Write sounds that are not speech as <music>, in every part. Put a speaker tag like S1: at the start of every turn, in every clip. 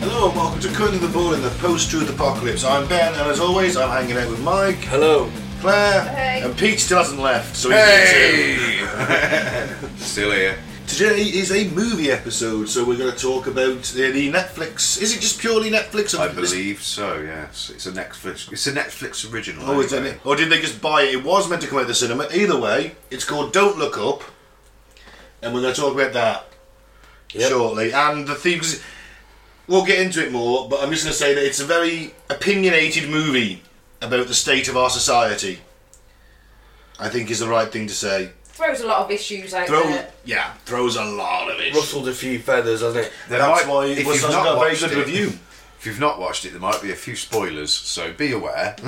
S1: Hello and welcome to Cutting the Ball in the Post-Truth Apocalypse. I'm Ben, and as always, I'm hanging out with Mike,
S2: Hello.
S1: Claire,
S3: Hey.
S1: and Pete still hasn't left. So he's
S2: <laughs> Still here.
S1: today is a movie episode, so we're going to talk about the, the Netflix. Is it just purely Netflix?
S2: I believe so. Yes, it's a Netflix. It's a Netflix original.
S1: Oh, is
S2: anyway.
S1: it? Or did they just buy it? It was meant to come out of the cinema. Either way, it's called Don't Look Up, and we're going to talk about that shortly. And the themes, we'll get into it more, but I'm just going to say that it's a very opinionated movie about the state of our society. I think is the right thing to say.
S3: throws a lot of issues out
S1: Throw,
S3: there.
S1: yeah, throws a lot of it.
S4: rustled a few feathers, hasn't it?
S2: There
S1: That's
S2: might-
S1: why it
S2: if
S1: was
S2: you've
S1: not
S2: not
S1: got a very
S2: watched
S1: good
S2: it-
S1: review.
S2: If you've not watched it, there might be a few spoilers, so be aware. <laughs>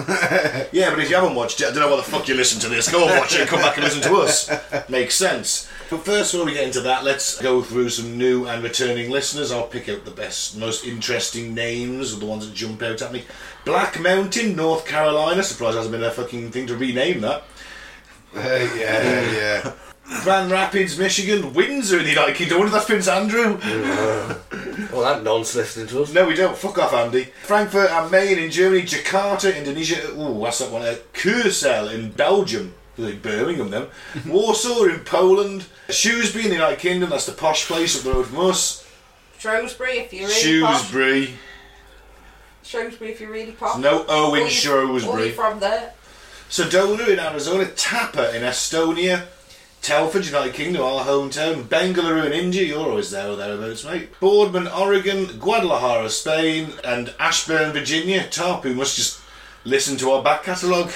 S1: Yeah, but if you haven't watched it, I don't know why the fuck you listen to this. Go and watch it and come back and listen to us. Makes sense. But first, before we get into that, let's go through some new and returning listeners. I'll pick out the best, most interesting names, or the ones that jump out at me. Black Mountain, North Carolina. Surprised there hasn't been a fucking thing to rename that.
S2: yeah, yeah.
S1: Grand Rapids, Michigan. Windsor in the United Kingdom. I wonder if that's Prince
S4: <laughs>
S1: Andrew.
S4: Well, that nonce listening to us.
S1: No, we don't. Fuck off, Andy. Frankfurt and Maine in Germany, Jakarta, Indonesia. Ooh, that's that one. Uh, Curacao in Belgium. Like Birmingham,
S4: <laughs>
S1: then. Warsaw in Poland. Shrewsbury in the United Kingdom. That's the posh place up the road from us.
S3: Shrewsbury, if you're really posh.
S1: Shrewsbury.
S3: Shrewsbury, if you're really posh.
S1: No O
S3: Or
S1: in
S3: you- Or
S1: Shrewsbury.
S3: you're from there.
S1: Sedona in Arizona. Tapa in Estonia. Telford, United Kingdom, our hometown. Bengaluru in India. You're always there or thereabouts, mate. Boardman, Oregon. Guadalajara, Spain. And Ashburn, Virginia. Tarpu must just listen to our back catalogue.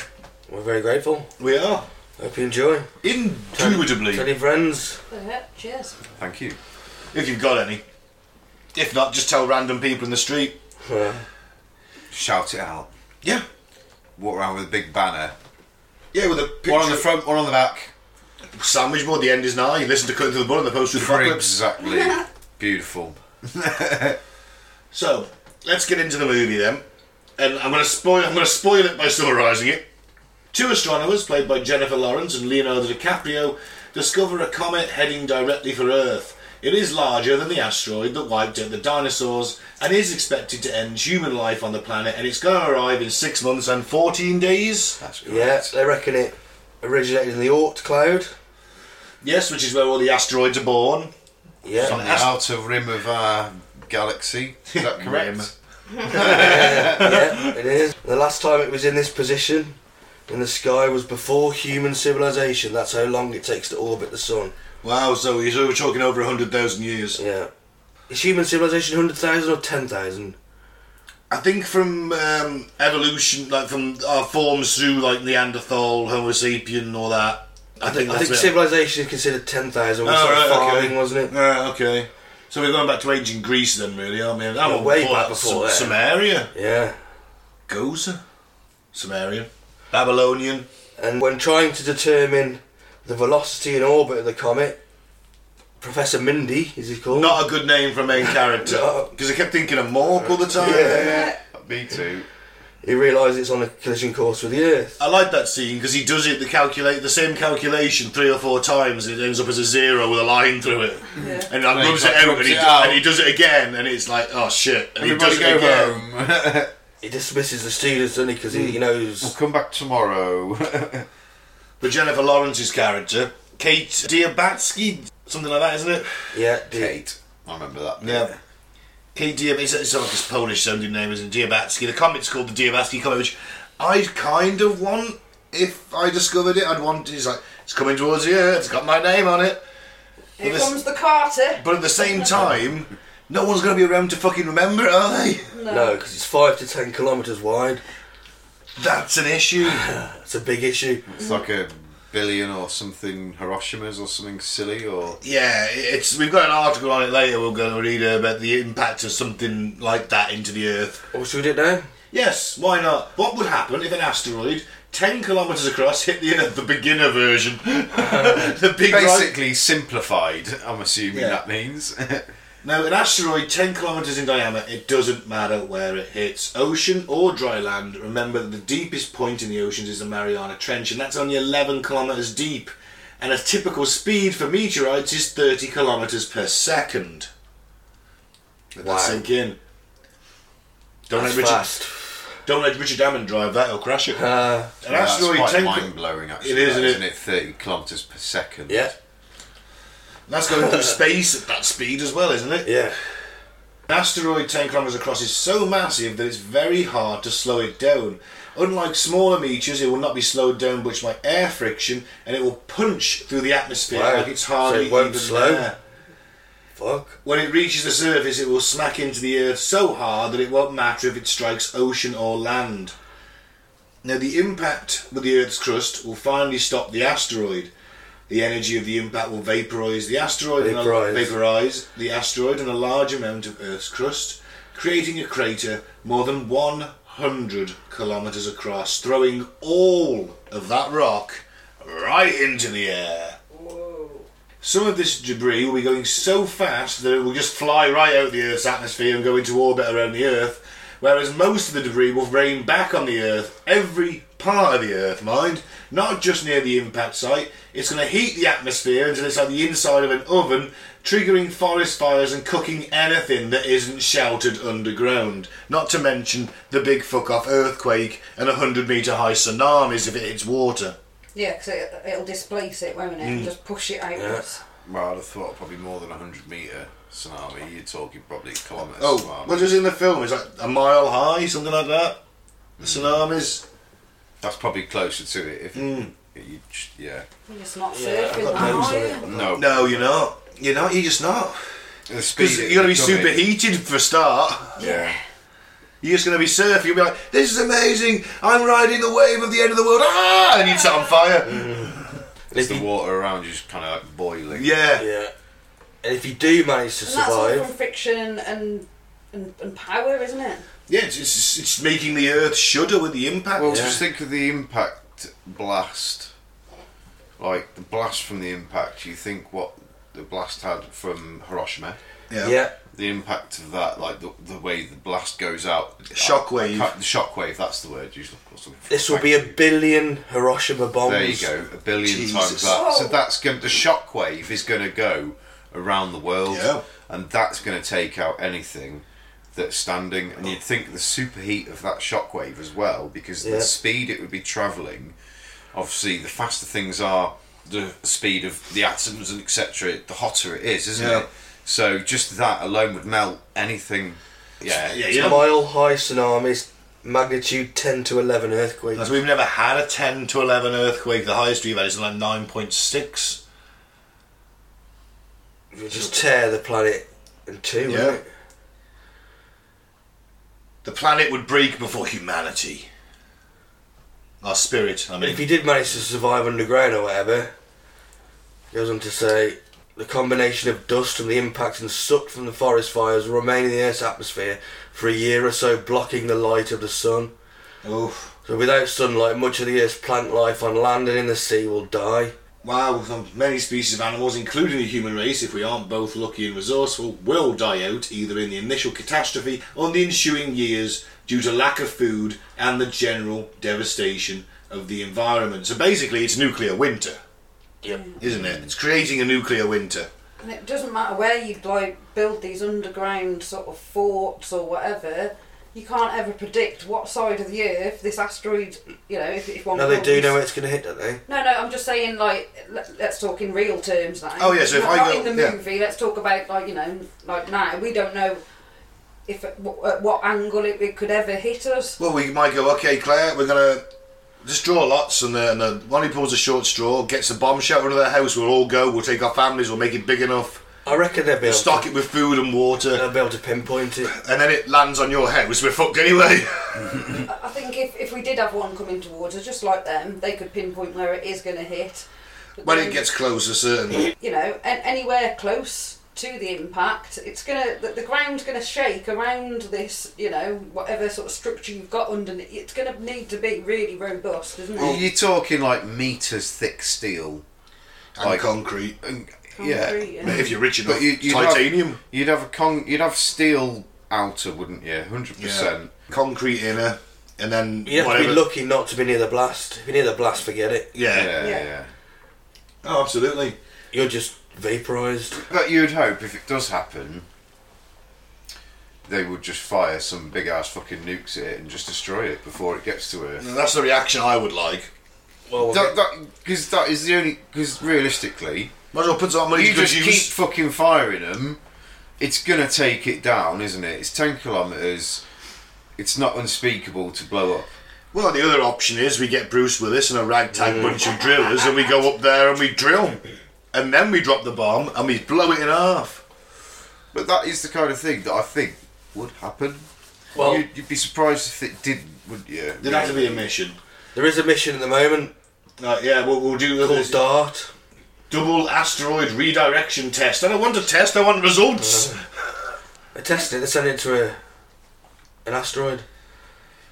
S4: We're very grateful.
S1: We are.
S4: Hope you enjoy.
S1: Indubitably.
S4: Tell your friends.
S3: Yeah, Cheers.
S2: Thank you.
S1: If you've got any. If not, just tell random people in the street.
S4: Uh,
S2: Shout it out.
S1: Yeah.
S2: Walk around with a big banner.
S1: Yeah, with a picture.
S2: One on the front, one on the back.
S1: Sandwich board, the end is nigh. You listen to Cutting to the Bull and the Post with Apocalypse.
S2: Exactly.
S1: <laughs>
S2: Beautiful.
S1: So, let's get into the movie then. And I'm going to spoil I'm going to spoil it by summarising it. Two astronomers, played by Jennifer Lawrence and Leonardo DiCaprio, discover a comet heading directly for Earth. It is larger than the asteroid that wiped out the dinosaurs and is expected to end human life on the planet, and it's going to arrive in six months and 14 days.
S2: That's good.
S4: yeah, they reckon it originated in the Oort cloud.
S1: Yes, which is where all the asteroids are born.
S2: On
S4: Yeah.
S2: the outer rim of our galaxy.
S1: <laughs>
S2: Is that correct?
S1: Rim. <laughs>
S4: yeah, it is. The last time it was in this position in the sky was before human civilization. That's how long it takes to orbit the sun.
S1: Wow, so we- so we're talking over 100,000 years.
S4: Yeah. Is human civilization 100,000 or 10,000?
S1: I think from um, evolution, like from our forms through like Neanderthal, Homo sapien, and all that. I think
S4: I
S1: that's
S4: think
S1: it.
S4: civilization is considered 10,000. We
S1: Oh,
S4: started
S1: right, okay.
S4: farming, wasn't it?
S1: Right, okay. So we're going back to ancient Greece then, really, aren't we? That
S4: Yeah,
S1: one
S4: way
S1: before
S4: back
S1: that,
S4: before
S1: Sum- Sumeria,
S4: Yeah.
S1: Goza, Sumerian, Babylonian.
S4: And when trying to determine the velocity and orbit of the comet, Professor Mindy, is he called?
S1: Not a good name for a main character
S4: <laughs> No.
S1: because I kept thinking of Morp all the time.
S2: Me too.
S4: He realised it's on a collision course with the Earth.
S1: I like that scene because he does it the calculate the same calculation three or four times and it ends up as a zero with a line through it.
S3: Yeah.
S1: And that
S2: And he
S1: rubs it
S2: drops
S1: out, and he,
S2: it out.
S1: and he does it again and it's like oh shit and
S2: Everybody
S1: he does it
S2: go
S1: again.
S2: home. <laughs>
S4: He dismisses the students, doesn't he? Because he, he
S2: we'll
S4: knows.
S2: come back tomorrow. <laughs>
S1: But Jennifer Lawrence's character, Kate Diabatsky, something like that, isn't it?
S4: Yeah, the-
S2: Oh, Kate. I remember that.
S1: Kate Diab. It's, it's sort of this Polish sounding name, isn't it? Diabatsky. The comic's called the Diabatsky comic, which I'd kind of want if I discovered it. I'd want. It's like it's coming towards the earth. It's got my name on it.
S3: Here
S1: this-
S3: comes the Carter.
S1: But at the same time, no one's going to be around to fucking remember it, are they?
S4: No, because it's five to ten kilometres wide.
S1: That's an issue.
S4: That's a big issue.
S2: It's like a billion or something Hiroshima's or something silly or
S1: Yeah, it's we've got an article on it later. We'll go and read about the impact of something like that into the earth.
S4: Or should we do it now?
S1: Yes, why not? What would happen if an asteroid 10 kilometres across hit the Earth, the beginner version? <laughs> the big right.
S2: basically simplified. I'm assuming
S1: Yeah.
S2: that means. <laughs>
S1: Now, an asteroid 10 kilometres in diameter, it doesn't matter where it hits, ocean or dry land. Remember that the deepest point in the oceans is the Mariana Trench, and that's only 11 kilometres deep. And a typical speed for meteorites is 30 kilometres per second. Let that
S4: Wow.
S1: sink in. Don't
S4: That's
S1: let Richard.
S4: fast.
S1: Don't let Richard Hammond drive that; he'll crash it.
S4: Uh,
S1: An asteroid
S2: that's
S1: tank-
S2: quite mind blowing, actually.
S1: It is,
S2: that,
S1: isn't it?
S2: isn't it? 30 kilometres per second.
S4: yeah,
S1: That's going through space at that speed as well, isn't it?
S4: yeah.
S1: An asteroid 10 kilometres across is so massive that it's very hard to slow it down. Unlike smaller meteors, it will not be slowed down much by air friction and it will punch through the atmosphere
S4: Wow.
S1: like it's
S4: So
S1: hardly
S4: it won't
S1: even
S4: slow?
S1: there.
S4: Fuck.
S1: When it reaches the surface, it will smack into the earth so hard that it won't matter if it strikes ocean or land. Now, the impact with the Earth's crust will finally stop the asteroid. The energy of the impact will vaporize the asteroid and
S4: Vaporise.
S1: vaporize the asteroid and a large amount of Earth's crust, creating a crater more than 100 kilometers across, throwing all of that rock right into the air.
S3: Whoa.
S1: Some of this debris will be going so fast that it will just fly right out of the Earth's atmosphere and go into orbit around the Earth, whereas most of the debris will rain back on the Earth, every part of the Earth, mind, not just near the impact site. It's going to heat the atmosphere until it's like the inside of an oven, triggering forest fires and cooking anything that isn't sheltered underground. Not to mention the big fuck off earthquake and 100 metre high tsunamis if it hits water.
S3: Yeah, because it, it'll displace it, won't it?
S1: Mm.
S3: and Just push it outwards.
S2: Well, I'd have thought probably more than 100 metre tsunami. You're talking probably kilometres.
S1: Oh,
S2: tsunami.
S1: what is it in the film? It's like a mile high, something like that. The tsunamis.
S2: That's probably closer to it. If
S1: Hmm.
S2: you, ch- yeah.
S3: You're just not
S4: Yeah, I've
S3: surfing
S4: got
S3: that,
S4: nose
S3: are
S4: on
S3: you?
S4: it.
S2: No.
S1: Mm. No, you're not. You're not. You're just not.
S2: The speed
S1: Because
S2: it
S1: you're gonna be
S2: would come in-
S1: superheated for a start.
S2: Yeah.
S1: You're just gonna be surfing. You'll be like, "This is amazing! I'm riding the wave of the end of the world!" Ah! And you set on fire.
S4: And if
S2: The
S4: you,
S2: water around you is kind of like boiling.
S1: Yeah.
S4: yeah. And if you do manage to
S3: And that's all from
S4: survive,
S3: friction and, and, and power, isn't it?
S1: Yeah. It's, it's it's making the earth shudder with the impact.
S2: Well,
S4: Yeah.
S2: just think of the impact blast. Like the blast from the impact, you think what the blast had from Hiroshima.
S1: yeah.
S4: yeah,
S2: The impact of that, like the, the way the blast goes out.
S1: Shockwave.
S2: I can't- The shockwave, that's the word. Usually, of course, I'm-
S4: this will be a billion Hiroshima bombs.
S2: There you go, a billion
S1: Jesus.
S2: times that. So
S3: Oh.
S2: that's going. The shockwave is going to go around the world,
S1: Yeah.
S2: and that's going to take out anything that's standing. And you'd think the superheat of that shockwave as well, because
S4: Yeah.
S2: the speed it would be travelling. Obviously, the faster things are, the speed of the atoms and etc. The hotter it is, isn't
S1: Yeah.
S2: it? So just that alone would melt anything. Yeah,
S1: Yeah, you know-
S4: Mile high tsunamis, magnitude 10 to 11 earthquakes.
S1: As we've never had a 10 to 11 earthquake. The highest we've had is like 9.6.
S4: You just tear the planet in two,
S1: Yeah.
S4: wouldn't it?
S1: The planet would break before humanity. Our spirit, I mean.
S4: If you did manage to survive underground or whatever, it goes on to say the combination of dust from the impact and soot from the forest fires will remain in the Earth's atmosphere for a year or so, blocking the light of the sun.
S1: Oof.
S4: So without sunlight, much of the Earth's plant life on land and in the sea will die.
S1: Wow, um, many species of animals, including the human race, if we aren't both lucky and resourceful, will die out either in the initial catastrophe or in the ensuing years due to lack of food and the general devastation of the environment. So basically, it's nuclear winter,
S4: Yep.
S1: isn't it? It's creating a nuclear winter.
S3: And it doesn't matter where you like build these underground sort of forts or whatever. You can't ever predict what side of the earth this asteroid, you know, if, if one.
S4: Now they do
S3: comes-
S4: know it's going to hit, don't they?
S3: No, no, I'm just saying, like, let, let's talk in real terms now.
S1: Oh, yeah, so if
S3: not,
S1: I
S3: not
S1: go-
S3: in the
S1: yeah.
S3: movie, let's talk about like you know, like now we don't know if at, w- at what angle it, it could ever hit us.
S1: Well, we might go, okay, Claire, we're going to just draw lots, and then uh, one who pulls a short straw gets a bomb shelter under their house, we'll all go, we'll take our families, we'll make it big enough,
S4: I reckon they'll be able,
S1: stock
S4: to,
S1: it with food and water.
S4: they'll be able to pinpoint it.
S1: and then it lands on your house, we're fucked anyway.
S3: I I think if, if we did have one coming towards us, just like them, they could pinpoint where it is going to hit.
S1: <laughs>
S3: But
S1: when it
S3: then-
S1: gets closer, certainly.
S3: you know, an anywhere close to the impact, it's gonna the, the ground's gonna shake around this, you know, whatever sort of structure you've got underneath. It's gonna need to be really robust, isn't it?
S2: You're talking like meters thick steel.
S1: And
S2: Like-
S1: concrete.
S2: And,
S3: Concrete,
S2: yeah,
S3: yeah.
S1: But if you're rich enough,
S2: But you, you'd
S1: titanium.
S2: Have, you'd have a con. You'd have steel outer, wouldn't you? Hundred percent.
S1: Concrete inner, and then
S4: You have to
S1: whatever.
S4: be lucky not to be near the blast. If you're near the blast, forget it.
S1: yeah.
S2: Yeah,
S3: Yeah.
S2: yeah.
S1: Oh, absolutely.
S4: You're just vaporised.
S2: But you'd hope if it does happen, they would just fire some big ass fucking nukes at it and just destroy it before it gets to Earth.
S1: And that's the reaction I would like.
S4: Well, we'll
S2: That
S4: get-
S2: that because that is the only because realistically,
S1: Might as well put some money
S2: you
S1: to good
S2: just keep
S1: use.
S2: fucking firing them. It's gonna take it down, isn't it? It's ten kilometers. It's not unspeakable to blow up.
S1: Well, the other option is we get Bruce Willis and a ragtag bunch of drillers, and we go up there and we drill, and then we drop the bomb and we blow it in half.
S2: But that is the kind of thing that I think would happen.
S4: well,
S2: you'd, you'd be surprised if it didn't, wouldn't you?
S1: There'd have to be a mission.
S4: there is a mission at the moment
S1: Uh, yeah, we'll, we'll do
S4: called
S1: the
S4: DART.
S1: double asteroid redirection test. I don't want a test. I want results.
S4: They're testing it. They're sending it to a an asteroid.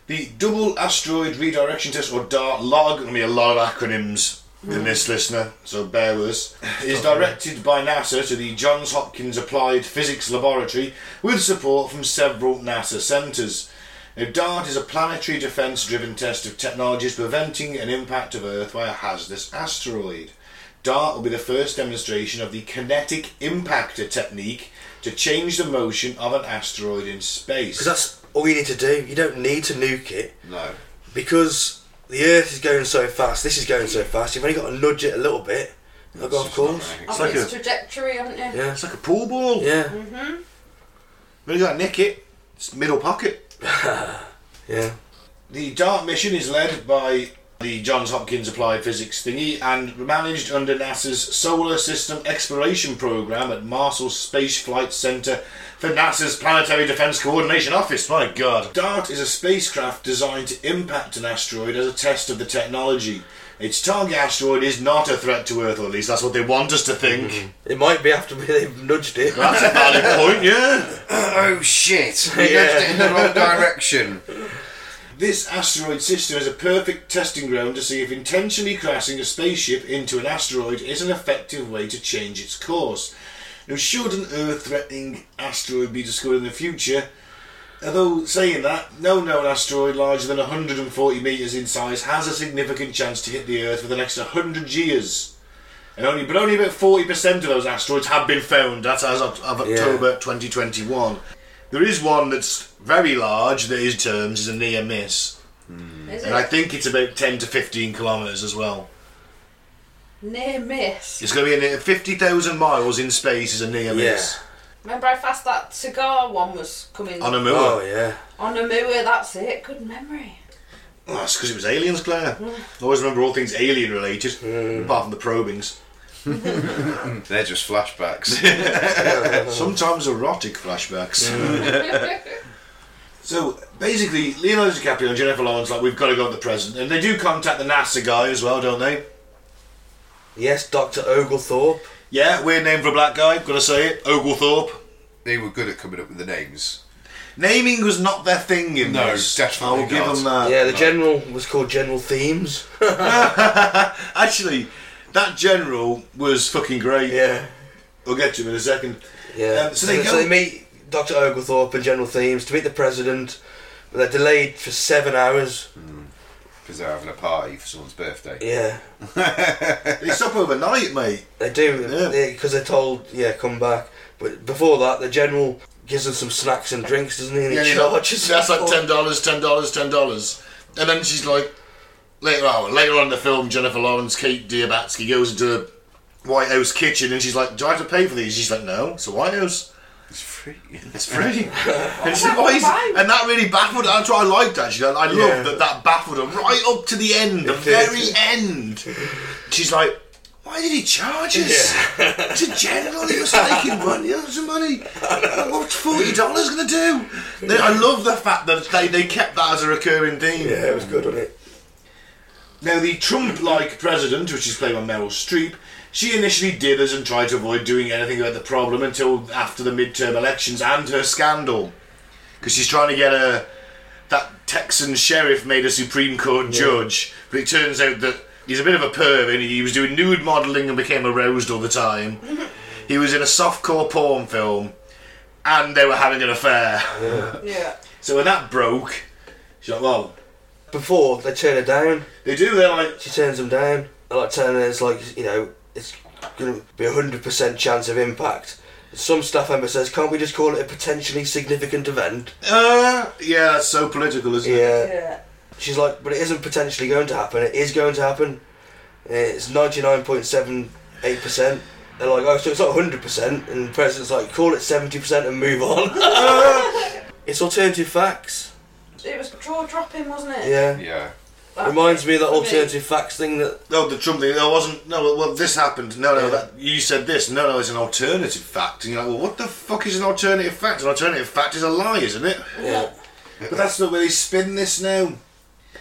S1: The double asteroid redirection test, or DART log, I mean, a lot of acronyms in this listener, so bear with us, is directed by NASA to the Johns Hopkins Applied Physics Laboratory with support from several NASA centres. Now, DART is a planetary defence driven test of technologies preventing an impact of Earth by a hazardous asteroid. DART will be the first demonstration of the kinetic impactor technique to change the motion of an asteroid in space.
S4: Because that's all you need to do. You don't need to nuke it
S2: No.
S4: because the Earth is going so fast. This is going so fast. You've only got to nudge it a little bit. It'll go off
S2: It's just not
S4: course.
S2: gonna
S3: It's
S1: like
S3: its
S1: a-
S3: trajectory, haven't you?
S4: Yeah,
S1: It's like a pool ball.
S4: yeah,
S1: Well, you got to nick it. It's middle pocket.
S4: yeah.
S1: The DART mission is led by the Johns Hopkins Applied Physics thingy and managed under NASA's Solar System Exploration Program at Marshall Space Flight Center for NASA's Planetary Defense Coordination Office. My God. DART is a spacecraft designed to impact an asteroid as a test of the technology. Its target asteroid is not a threat to Earth, or at least that's what they want us to think.
S4: It might be after <laughs> they've nudged it.
S1: Mm-hmm. That's a valid point, yeah.
S2: Oh shit! We
S4: Yeah.
S2: left it in the
S1: <laughs>
S2: wrong direction.
S1: This asteroid system is a perfect testing ground to see if intentionally crashing a spaceship into an asteroid is an effective way to change its course. Now, should an Earth threatening asteroid be discovered in the future, although saying that, no known asteroid larger than 140 metres in size has a significant chance to hit the Earth for the next 100 years. And only, but only about 40% of those asteroids have been found. That's as of, of
S4: Yeah.
S1: October 2021. There is one that's very large that is terms is a near miss.
S3: Is
S1: And I
S3: it?
S1: think it's about 10 to 15 kilometres as well.
S3: Near miss.
S1: It's going to be a near 50,000 miles in space is a near miss.
S3: Remember how fast that cigar one was coming
S1: On a moor.
S4: Oh yeah.
S3: On a moor, that's it. Good memory.
S4: <laughs>
S1: Oh, that's because it was aliens, Claire. I always remember all things alien related,
S2: Mm.
S1: apart from the probings.
S2: They're just flashbacks.
S1: <laughs> Uh,
S2: Uh-huh.
S1: Sometimes erotic flashbacks. <laughs> so basically, Leonardo DiCaprio and Jennifer Lawrence, like, we've got to go to the present. And they do contact the NASA guy as well, don't they?
S4: Yes, Doctor Oglethorpe.
S1: Yeah, weird name for a black guy, gotta say it. Oglethorpe.
S2: they were good at coming up with the names.
S1: Naming was not their thing in
S2: No,
S1: this.
S2: definitely
S1: I will
S2: not.
S1: give them that.
S4: yeah, the general was called General Themes. <laughs>
S1: Actually, that general was fucking great.
S4: yeah,
S1: We'll get to him in a second.
S4: yeah.
S1: Um, so they go-
S4: meet Doctor Oglethorpe and General Themes to meet the president, but they're delayed for seven hours.
S1: Hmm.
S2: Because they're having a party for someone's birthday.
S4: Yeah,
S1: They stop overnight, mate.
S4: they do
S1: Yeah.
S4: because they're told yeah come back. But before that, the general gives them some snacks and drinks, doesn't he? And he
S1: <laughs>
S4: charges.
S1: That's like
S4: them.
S1: ten dollars, ten dollars, ten dollars, and then she's like, later on, later on in the film, Jennifer Lawrence, Kate Diabatsky goes into the White House kitchen, and she's like, "Do I have to pay for these?" She's like, "No, it's a White House."
S2: It's free.
S1: <laughs> It's
S4: <laughs>
S1: free, and, she's like, "Why is-"
S3: Fine.
S1: and that really baffled. her. That's why I liked that. She, I love
S4: Yeah.
S1: that that baffled her right up to the end, the
S4: It did.
S1: very end. She's like, "Why did he charge us?" <laughs> It's a general, he was taking money, loads of money. What's forty dollars going to do? They- I love the fact that they, they kept that as a recurring theme.
S4: Yeah, it was good, wasn't it?
S1: Now the Trump-like president, which is played by Meryl Streep, she initially dithers and tried to avoid doing anything about the problem until after the midterm elections and her scandal, because she's trying to get a that Texan sheriff made a Supreme Court judge, but it turns out that he's a bit of a perv and he was doing nude modelling and became aroused all the time. he was in a softcore porn film, and they were having an affair.
S3: Yeah.
S1: So when that broke, she's like, "Well,
S4: Before they turn her down.
S1: they do." They're like,
S4: She turns him down. I like turning. It's like you know, it's gonna be a hundred percent chance of impact. Some staff member says, "Can't we just call it a potentially significant event?"
S1: Uh, yeah, that's so political, isn't it?
S4: Yeah.
S3: Yeah.
S4: She's like, "But it isn't potentially going to happen. It is going to happen. It's ninety-nine point seven eight percent." They're like, "Oh, so it's not hundred percent." And the president's like, "Call it seventy percent and move
S3: <laughs>
S4: on." it's alternative facts.
S3: It was draw dropping, wasn't it?
S4: Yeah.
S2: Yeah.
S3: That-
S4: Reminds me of that
S3: for me.
S4: alternative facts thing that
S1: No, the Trump thing. No, it wasn't. No, well, this happened. No, no,
S4: Yeah.
S1: that, you said this. No, no, it's an alternative fact. And you're like, well, what the fuck is an alternative fact? An alternative fact is a lie, isn't it?
S4: Yeah,
S1: But that's the way they spin this now.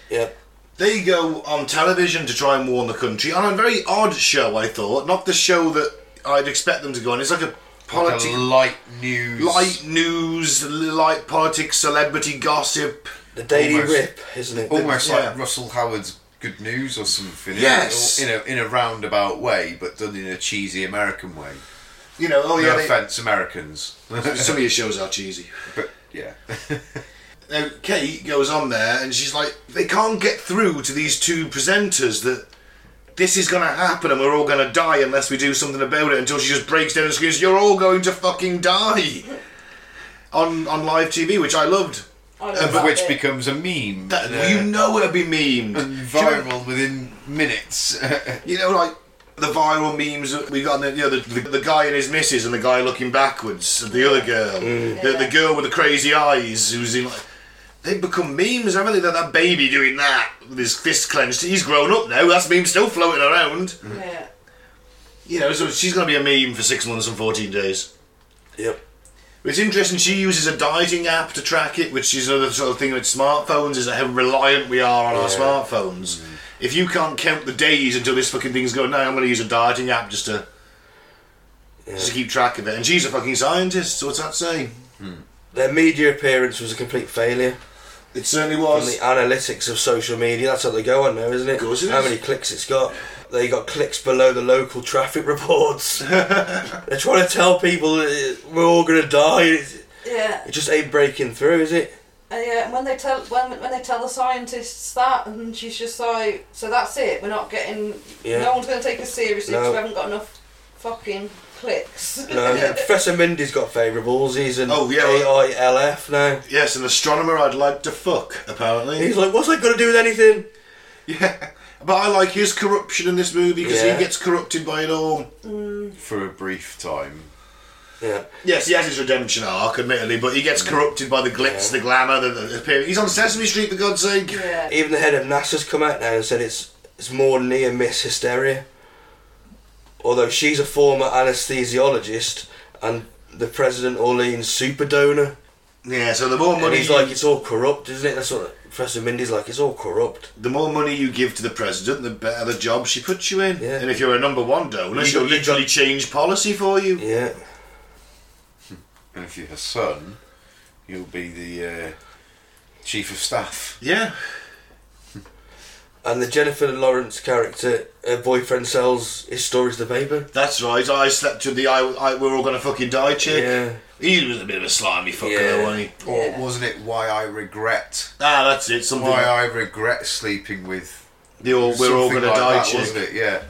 S4: yeah.
S1: They go on television to try and warn the country on a very odd show, I thought. Not the show that I'd expect them to go on. It's like a
S2: Like
S1: politics.
S2: a light news.
S1: light news, light politics, celebrity gossip.
S4: The Daily
S2: Almost.
S4: Rip, isn't it?
S2: almost
S1: Yeah.
S2: like Russell Howard's Good News or something. in a-
S1: Yes.
S2: In a, in a roundabout way, but done in a cheesy American way.
S1: You know, oh
S2: No
S1: yeah, they-
S2: offense, Americans, <laughs>
S1: some of your shows are cheesy.
S2: but yeah,
S1: Now, Kate goes on there and she's like, they can't get through to these two presenters that this is going to happen and we're all going to die unless we do something about it until she just breaks down and screams, You're all going to fucking die! On, on live TV, which I loved.
S3: I love
S1: And
S3: that
S2: which
S3: bit.
S2: becomes a meme.
S1: That,
S2: and, uh,
S1: You know it'll be memed.
S2: and
S1: Do you know-
S2: viral within minutes. <laughs>
S1: You know, like the viral memes that we got, on the, you know, the, the, the guy and his missus, and the guy looking backwards at the other girl, the, the girl with the crazy eyes, who's in. Like, they become memes, haven't they? That, that baby doing that, with his fist clenched. He's grown up now. That's meme still floating around.
S3: Yeah.
S1: You know, so she's going to be a meme for six months and fourteen days.
S4: Yep.
S1: It's interesting. She uses a dieting app to track it, which is another sort of thing with smartphones. Is that how reliant we are on our
S4: Yeah.
S1: smartphones? If you can't count the days until this fucking thing's going, no, I'm going to use a dieting app just to just to keep track of it. And she's a fucking scientist, so what's that saying?
S4: Their media appearance was a complete failure.
S1: It certainly
S4: On the
S1: was.
S4: analytics of social media, that's how they go on now, isn't it?
S1: Of course it
S4: how
S1: is.
S4: many clicks it's got. They got clicks below the local
S1: <laughs>
S4: traffic reports. They're trying to tell people that we're all going to die. It's-
S3: Yeah.
S4: It just ain't breaking through, is it?
S3: Uh, yeah, and when they tell when when they tell the scientists that, and she's just like, so that's it. We're not getting.
S4: Yeah.
S3: No one's going to take us seriously because
S4: No.
S3: we haven't got enough fucking clicks.
S4: No.
S1: Yeah.
S4: Professor Mindy's got favourables. He's an
S1: Oh, yeah.
S4: AILF now.
S1: Yes, an astronomer I'd like to fuck, apparently.
S4: He's like, what's that got to do with anything?
S1: yeah. But I like his corruption in this movie because
S4: Yeah.
S1: he gets corrupted by it all.
S2: For a brief time,
S4: Yeah.
S1: Yes, he has his redemption arc, admittedly, but he gets corrupted by the glitz, the glamour, the, the appearance. He's on Sesame Street, for God's sake.
S3: <laughs> yeah.
S4: Even the head of NASA's come out now and said it's it's more near miss hysteria. Although she's a former anesthesiologist and the president Orleans super donor.
S1: Yeah, so the more
S4: And
S1: money
S4: he's like, it's all corrupt, isn't it? That's what Professor Mindy's like, it's all corrupt.
S1: the more money you give to the president, the better the job she puts you in.
S4: Yeah.
S1: And if you're a number one donor,
S4: You-
S1: she'll
S4: you-
S1: literally change policy for you.
S4: Yeah.
S2: and if you're her son, you'll be the uh, chief of staff.
S1: Yeah.
S4: And the Jennifer Lawrence character, her boyfriend sells his story to the paper.
S1: That's right. I slept with the I, I we're all gonna fucking die chick.
S4: Yeah.
S1: He was a bit of a slimy fucker
S4: Yeah.
S1: though, wasn't he?
S2: Or
S3: Yeah.
S2: wasn't it why I regret?
S1: Ah, that's it. Something.
S2: Why I regret sleeping with
S1: the all, we're all
S2: Something
S1: gonna
S2: like
S1: die
S2: that,
S1: chick.
S2: wasn't it? Yeah.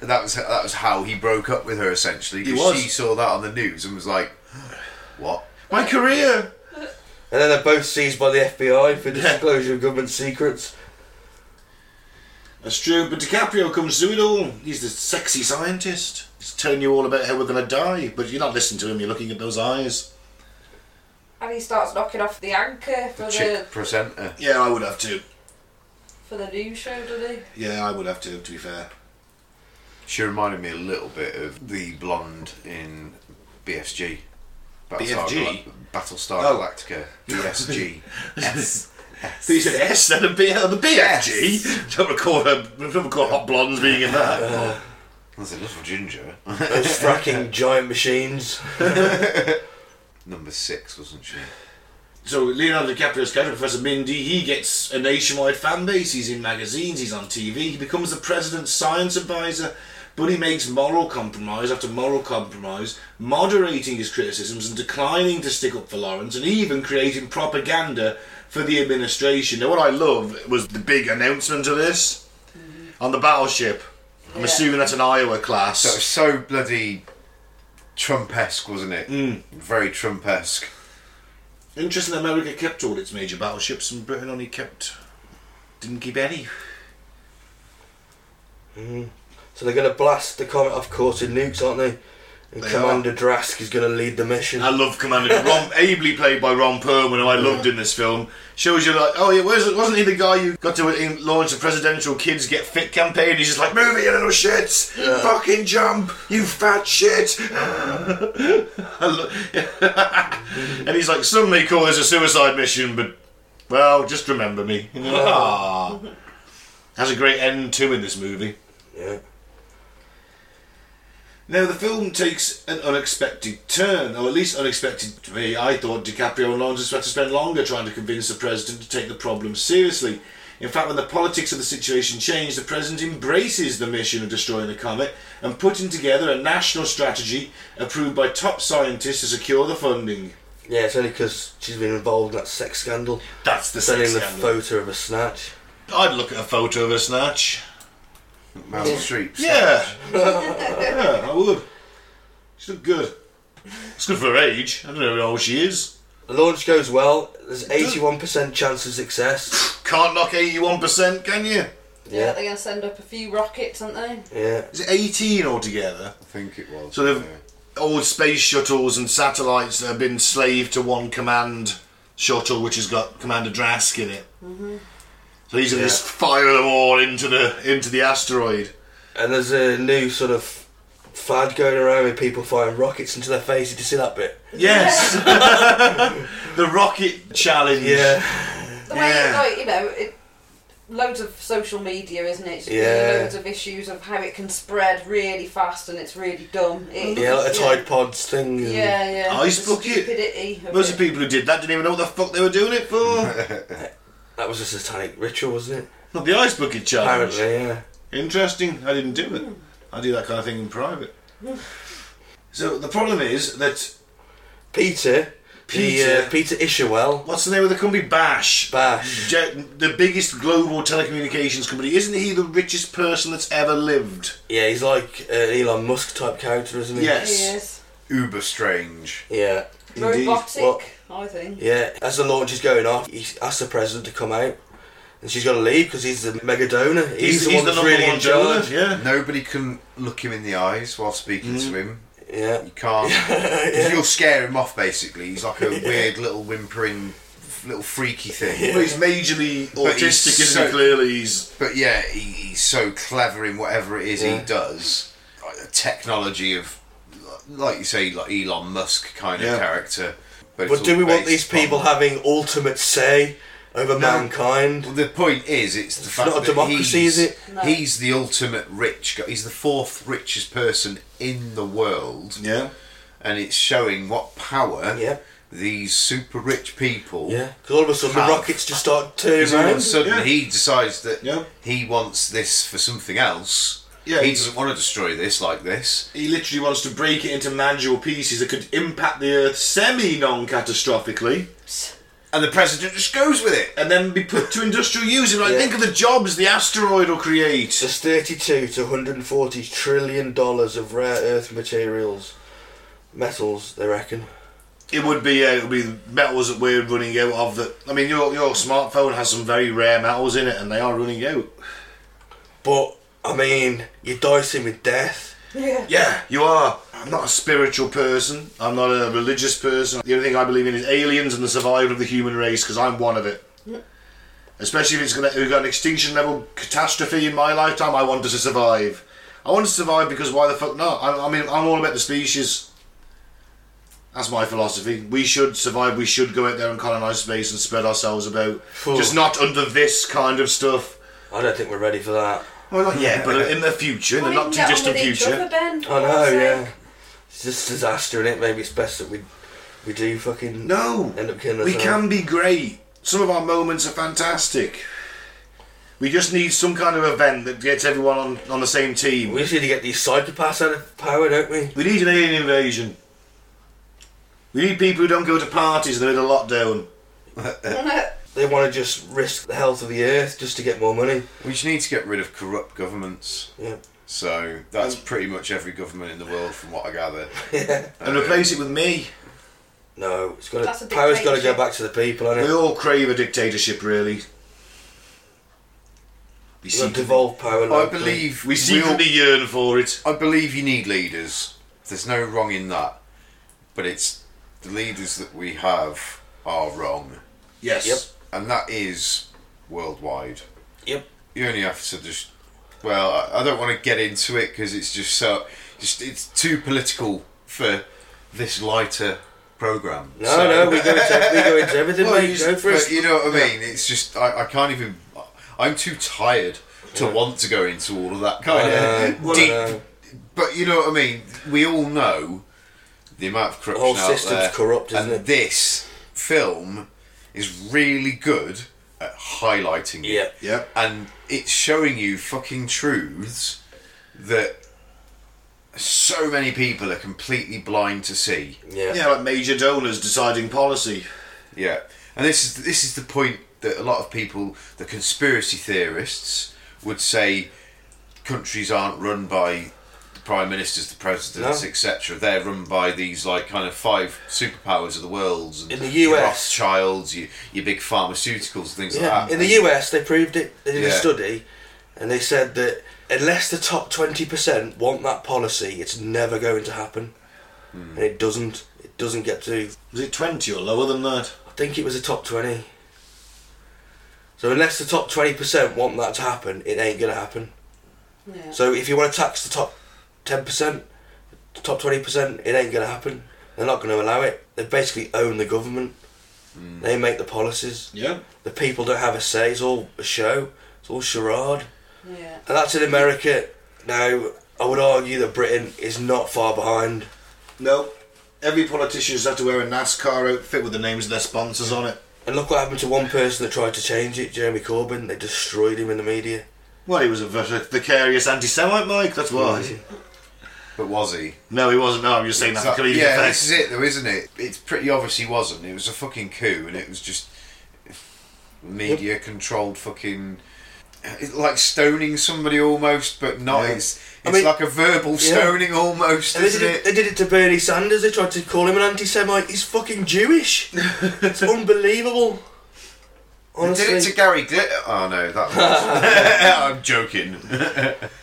S2: And that was that was how he broke up with her essentially.
S1: He
S2: 'cause
S1: was.
S2: She saw that on the news and was like, "What?"
S1: My career.
S4: And then they're both seized by the FBI for disclosure of government secrets.
S1: That's true. But DiCaprio comes through it all. He's the sexy scientist. He's telling you all about how we're gonna die, but you're not listening to him. You're looking at those eyes.
S3: And he starts knocking off the anchor for
S2: The
S3: the,
S2: chick presenter.
S1: Yeah, I would have to.
S3: for the new show, did he?
S1: Yeah, I would have to. To be fair.
S2: She reminded me a little bit of the blonde in BSG.
S1: BFG?
S2: Gal- Battlestar
S1: Oh.
S2: Galactica. <laughs> BSG.
S1: <laughs>
S2: S. S.
S1: He said S and a B, the BFG. Don't recall her. Don't recall hot blondes being in that.
S2: There's a little <laughs> ginger.
S4: Those fracking giant machines.
S2: Number six, wasn't she?
S1: So Leonardo DiCaprio's character, Professor Mindy, he gets a nationwide fan base. He's in magazines. He's on TV. He becomes the president's science advisor, but he makes moral compromise after moral compromise, moderating his criticisms and declining to stick up for Lawrence, and even creating propaganda for the administration. Now, what I love was the big announcement of this on the battleship. I'm
S3: Yeah.
S1: assuming that's an Iowa class.
S2: That was so bloody Trumpesque, wasn't it?
S1: Mm.
S2: Very Trumpesque.
S1: Interesting. America kept all its major battleships, and Britain only kept didn't keep any.
S4: So they're going to blast the comet off course in nukes, aren't they? And
S1: They
S4: Commander Drask is going to lead the mission.
S1: I love Commander Ron, ably played by Ron Perlman, who I loved in this film. Shows you like, oh yeah, where's, wasn't he the guy who got to uh, in- launch the presidential kids get fit campaign? He's just like, move it, you little shits, fucking jump, you fat shit. I lo- <laughs> and he's like, some may call this a suicide mission, but well, just remember me. Ah, has a great end too in this movie.
S4: Yeah.
S1: Now the film takes an unexpected turn, or at least unexpected to me. I thought DiCaprio and Lawrence had to spend longer trying to convince the president to take the problem seriously. In fact, when the politics of the situation change, the president embraces the mission of destroying the comet and putting together a national strategy approved by top scientists to secure the funding.
S4: Yeah, it's only because she's been involved in that sex scandal.
S1: That's the
S4: Sending
S1: sex
S4: the
S1: scandal.
S4: photo of a snatch.
S1: I'd look at a photo of a snatch.
S2: Meryl Streep.
S1: Yeah, <laughs> yeah, I would. She looked good. It's good for her age. I don't know how old she is.
S4: The launch goes well. There's 81% chance of success.
S1: Can't knock 81%, can you?
S3: Yeah,
S4: Yeah.
S3: they're going to send up a few rockets, aren't they?
S4: Yeah.
S1: Is it 18 altogether?
S2: I think it was.
S1: So they've
S2: yeah.
S1: old space shuttles and satellites that have been slaved to one command shuttle, which has got Commander Drask in it. So he's gonna
S4: Yeah.
S1: just fire them all into the into the asteroid.
S4: And there's a new sort of fad going around with people firing rockets into their face. Did you see that bit?
S1: Yes, <laughs> the rocket challenge.
S4: Yeah.
S3: The way,
S1: Yeah.
S3: like, you know, it, loads of social media, isn't it? It's
S4: Yeah.
S3: Loads of issues of how it can spread really fast and it's really dumb. It,
S4: Yeah, like a
S3: it's-
S4: Tide Pods thing. and-
S3: Yeah, yeah.
S1: Ice
S3: the
S1: bucket.
S3: Stupidity of
S1: Most of
S3: it.
S1: the people who did that didn't even know what the fuck they were doing it
S4: <laughs>
S1: for.
S4: That was a satanic ritual, wasn't it?
S1: Not the ice bucket challenge.
S4: Apparently, yeah.
S1: Interesting. I didn't do it. I do that kind of thing in private. So the problem is that
S4: Peter. The,
S1: Peter.
S4: uh, Peter Isherwell.
S1: what's the name of the company? Bash.
S4: Bash.
S1: Je- the biggest global telecommunications company. Isn't he the richest person that's ever lived?
S4: Yeah, he's like an Elon Musk type character, isn't he?
S1: Yeah.
S3: Yes.
S2: Uber strange.
S4: Yeah.
S1: Indeed.
S3: Robotic,
S4: Well-
S3: I think.
S4: Yeah, as the launch is going off, he asks the president to come out, and she's got to leave because he's the mega donor. He's, the one that's really in
S1: donor,
S4: charge.
S1: Yeah.
S2: Nobody can look him in the eyes while speaking to him.
S4: <laughs> Yeah,
S2: You can't. <laughs> 'cause You'll scare him off, basically. He's like
S4: <laughs>
S2: a weird little whimpering, f- little freaky thing.
S1: Well, he's majorly
S2: But
S1: autistic,
S2: he's
S1: isn't
S2: so-
S1: he? Clearly, he's
S2: But yeah, he, he's so clever in whatever it is
S4: Yeah.
S2: he does. Like the technology of, like you say, like Elon Musk kind
S1: Yeah.
S2: of character. it's
S4: <laughs> but do
S2: all
S4: we want
S2: based
S4: these people
S2: on-
S4: having ultimate say over mankind?
S2: Well, the point is, it's the fact
S4: not a
S2: that
S4: democracy,
S2: he's,
S4: is it?
S3: No.
S2: he's the ultimate rich guy. He's the fourth richest person in the world.
S1: yeah.
S2: and it's showing what power
S4: Yeah.
S2: these super rich people.
S4: Yeah, because all of a sudden the
S2: Have.
S4: rockets just start turning
S2: Because all of a
S4: around.
S2: sudden
S1: Yeah.
S2: he decides that
S1: Yeah.
S2: he wants this for something else.
S1: Yeah.
S2: he doesn't want to destroy this like this.
S1: He literally wants to break it into manageable pieces that could impact the Earth semi-non-catastrophically,
S2: And the president just goes with it.
S1: and then be put to industrial use. And like,
S4: Yeah.
S1: think of the jobs the asteroid will create.
S4: There's 32 to 140 trillion dollars of rare earth materials, metals, they reckon.
S1: It would be uh, it would be metals that we're running out of. That I mean, your your smartphone has some very rare metals in it, and they are running out.
S4: But I mean, you're dicing with death.
S3: Yeah.
S1: Yeah, you are. I'm not a spiritual person. I'm not a religious person. The only thing I believe in is aliens and the survival of the human race because I'm one of it. Especially if it's gonna, if we've got an extinction level catastrophe in my lifetime, I want us to survive. I want to survive because why the fuck not? I, I mean, I'm all about the species. That's my philosophy. We should survive. We should go out there and colonize space and spread ourselves about.
S4: Phew.
S1: Just not under this kind of stuff.
S4: I don't think we're ready for that.
S1: Well, not yet, but in the future, in the
S3: Why
S1: not
S3: didn't
S1: too
S3: get on
S1: distant
S3: with each
S1: future.
S3: other then, for
S4: I know,
S3: God's sake?
S4: yeah. It's just disaster in it. Maybe it's best that we we do fucking
S1: No.
S4: end up killing
S1: We
S4: ourselves.
S1: can be great. Some of our moments are fantastic. We just need some kind of event that gets everyone on, on the same team.
S4: We just need to get these psychopaths out of power, don't we?
S1: We need an alien invasion. We need people who don't go to parties in the middle of lockdown.
S4: They want to just risk the health of the earth just to get more money.
S2: We just need to get rid of corrupt governments.
S4: Yeah.
S2: So that's
S1: Um,
S2: pretty much every government in the world, from what I
S1: <laughs>
S2: gather.
S1: And replace it with me.
S4: No, it's got
S3: That's
S4: to,
S3: a
S4: power's got to go
S3: dictatorship.
S4: back to the people, hasn't
S1: We
S4: it?
S1: all crave a dictatorship, really. We
S4: You've got to
S1: secretly,
S4: devolve power.
S2: I
S4: locally.
S2: believe
S1: we secretly yearn for it.
S2: I believe you need leaders. There's no wrong in that, but it's the leaders that we have are wrong,
S1: Yes.
S4: Yep.
S2: and that is worldwide.
S4: Yep.
S2: You only have to just. Well, I- I don't want to get into it because it's just so. Just it's too political for this lighter program.
S4: No, no, we go into we go into everything,
S2: Well,
S4: mate.
S2: you,
S4: Go for
S2: but
S4: it.
S2: you know what I mean? It's just I, I can't even. I'm too tired to want to go into all of that kind
S4: I
S2: of
S4: know, I
S2: deep.
S4: know.
S2: But you know what I mean? We all know the amount of corruption
S4: whole
S2: out
S4: system's
S2: there,
S4: corrupt, isn't
S2: and
S4: it?
S2: this film is really good at highlighting it.
S4: Yeah.
S1: Yeah.
S2: And it's showing you fucking truths that so many people are completely blind to see.
S4: Yeah.
S1: Yeah, like major donors deciding policy.
S2: Yeah, and this is this is the point that a lot of people, the conspiracy theorists, would say countries aren't run by the prime ministers, the presidents,
S4: No.
S2: etc. They're run by these like kind of five superpowers of the world. And
S4: In the
S2: your
S4: US.
S2: Rothschilds, your, your big pharmaceuticals, things
S4: Yeah,
S2: like that.
S4: in the US, they proved it. They did a
S2: Ah, Yeah.
S4: study, and they said that unless the top twenty percent want that policy, it's never going to happen, and it doesn't. It doesn't get to.
S1: Was it 20 or lower than that?
S4: I think it was the top twenty. So unless the top twenty percent want that to happen, it ain't gonna happen.
S3: Yeah.
S4: So if you want to tax the top ten percent, the top twenty percent, it ain't gonna happen. They're not gonna allow it. They basically own the government. They make the policies.
S1: Yeah.
S4: The people don't have a say. It's all a show. It's all charade.
S3: yeah.
S4: And that's in America. Now, I would argue that Britain is not far behind.
S1: No. Every politician's had to wear a NASCAR outfit with the names of their sponsors on it.
S4: And look what happened to one person that tried to change it, Jeremy Corbyn. They destroyed him in the media.
S1: Well, he was a vic- vicarious anti-Semite, Mike. That's
S2: Oh,
S1: why.
S2: But was he?
S1: No, he wasn't. No, I'm just saying that for comedic
S2: yeah,
S1: effect.
S2: this is it though, isn't it? It's pretty obvious he wasn't. It was a fucking coup, and it was just media controlled fucking. It's like stoning somebody almost, but not.
S1: Yeah.
S2: It's it's
S4: I mean-
S2: like a verbal stoning almost,
S4: And they
S2: isn't
S4: did, it,
S2: it?
S4: they did it to Bernie Sanders. They tried to call him an anti-Semite. He's
S2: <laughs>
S4: fucking Jewish. it's unbelievable.
S2: They
S4: Honestly.
S2: did it to Gary Glitter. Oh no, that was.
S4: <laughs>
S2: I'm joking.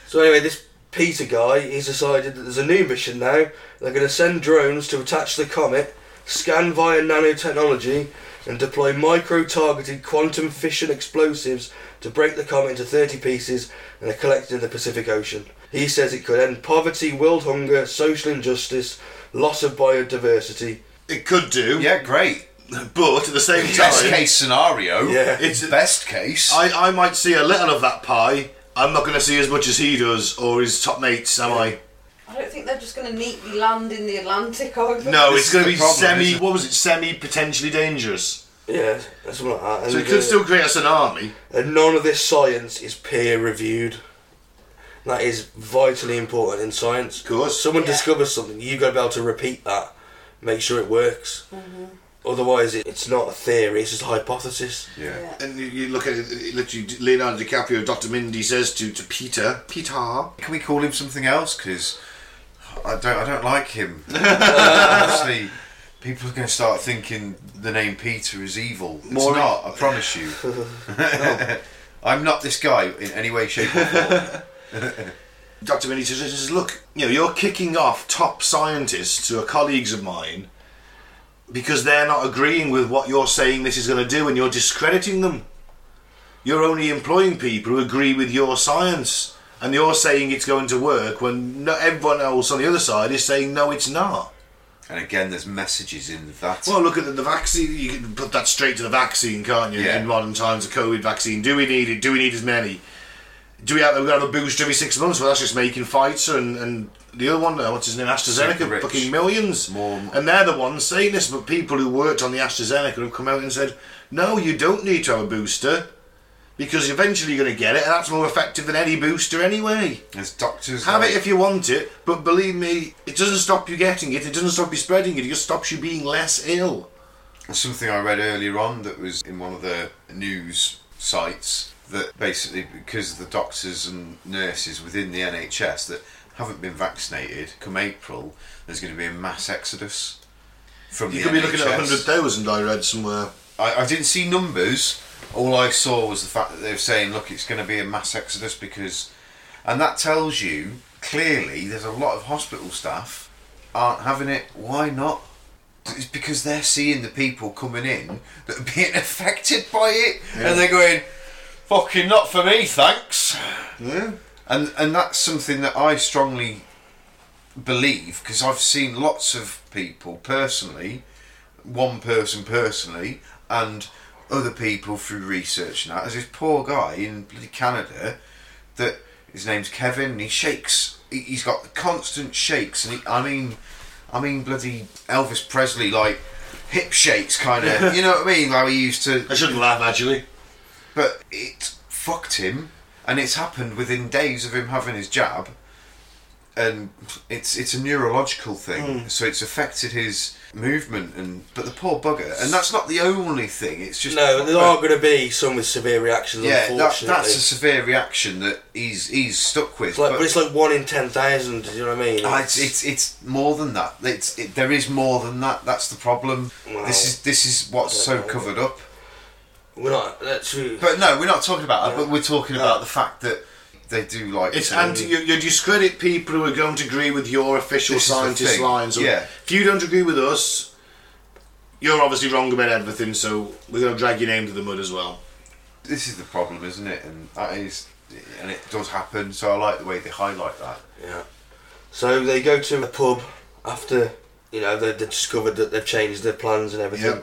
S4: So anyway, this Peter guy, he's decided that there's a new mission now. They're going to send drones to attach to the comet, scan via nanotechnology, and deploy micro-targeted quantum fission explosives to break the comet into 30 pieces and are collected in the Pacific Ocean. He says it could end poverty, world hunger, social injustice, loss of biodiversity.
S1: It could do,
S2: Yeah, great.
S1: but at the same
S2: Best
S1: time,
S2: case scenario.
S4: Yeah.
S2: it's best case.
S1: I, I might see a little of that pie. I'm not going to see as much as he does or his top mates, am I?
S3: I don't think they're just going to neatly land in the Atlantic, are they?
S1: No,
S2: This
S1: it's
S2: is
S1: going to
S2: the
S1: be
S2: problem,
S1: semi.
S2: isn't it?
S1: What was it? Semi potentially dangerous.
S4: Yeah, that's something like that. And,
S1: So it could
S4: uh,
S1: still create us an army.
S4: and none of this science is peer reviewed. That is vitally important in science.
S1: Of course.
S4: someone
S3: Yeah.
S4: discovers something, you've got to be able to repeat that, make sure it works. Otherwise, it, it's not a theory; it's just
S2: <laughs>
S4: a hypothesis. <sighs>
S2: yeah.
S1: And you, you look at it, it literally. Leonardo DiCaprio, Dr. Mindy says to, to Peter, Peter,
S2: Can we call him something else? Because I don't, I don't like him.
S1: <laughs>
S2: Honestly, people are going to start thinking the name Peter is evil. It's
S1: More-
S2: not. I promise you. I'm not this guy in any way, shape, or form.
S1: <laughs> Dr. Minnie says- says, look, you know, you're kicking off top scientists who are colleagues of mine because they're not agreeing with what you're saying this is going to do and you're discrediting them. You're only employing people who agree with your science and you're saying it's going to work when no, everyone else on the other side is saying, no, it's not.
S2: And again, there's messages in that.
S1: Well, look at the, the vaccine. You can put that straight to the vaccine, can't you?
S2: Yeah.
S1: In modern times, the COVID vaccine. Do we need it? Do we need as many? Do we have, we have a boost every six months? Well, that's just making Pfizer and, and the other one, uh, what's his name,
S2: Super
S1: AstraZeneca,
S2: rich.
S1: fucking millions.
S2: More-
S1: And they're the ones saying this, but people who worked on the AstraZeneca have come out and said, no, you don't need to have a booster because eventually you're going to get it, and that's more effective than any booster anyway.
S2: there's doctors.
S1: Have
S2: like-
S1: it if you want it, but believe me, it doesn't stop you getting it, it doesn't stop you spreading it, it just stops you being less ill.
S2: something I read earlier on that was in one of the news sites that basically because of the doctors and nurses within the NHS that haven't been vaccinated come April, there's going to be a mass exodus from
S1: You
S2: the
S1: could be looking at
S2: NHS.
S1: 100,000, I read somewhere.
S2: I, I didn't see numbers. All I saw was the fact that they were saying, look, it's going to be a mass exodus because. And that tells you clearly there's a lot of hospital staff aren't having it. Why not? It's because they're seeing the people coming in that are being <laughs> affected by it and they're going, fucking not for me, thanks.
S1: Yeah.
S2: And, and that's something that I strongly believe because I've seen lots of people personally, one person personally, and other people through research and that. There's this poor guy in bloody Canada that his name's Kevin and he shakes. he- He's got constant shakes and he, I mean, I mean bloody Elvis Presley like hip shakes kind of. you know what I mean? How he used to
S1: I shouldn't laugh, actually.
S2: but it fucked him, and it's happened within days of him having his jab. And it's it's a neurological thing,
S4: Hmm.
S2: so it's affected his movement and but the poor bugger. And that's not the only thing. It's just
S4: No, there are going to be some with severe reactions.
S2: yeah, that,
S4: unfortunately,
S2: that's a severe reaction that he's he's stuck with.
S4: it's like,
S2: but-
S4: but it's like one in ten thousand. You know what I mean?
S2: Ah, it's, it's it's more than that. It's it, there is more than that. That's the problem.
S4: Wow.
S2: This is this is what's so
S4: Okay.
S2: covered up.
S4: we're not. That's true.
S2: But no, we're not talking about that. But we're talking about the fact that they do like
S1: It's
S2: um,
S1: anti. You, you discredit people who are going to agree with your official
S2: This is the
S1: scientist
S2: thing,
S1: lines.
S2: yeah.
S1: If you don't agree with us, you're obviously wrong about everything. So we're going to drag your name to the mud as well.
S2: this is the problem, isn't it? And that is, and it does happen. So I like the way they highlight that.
S4: Yeah. So they go to a pub after you know they they discovered that they've changed their plans and everything.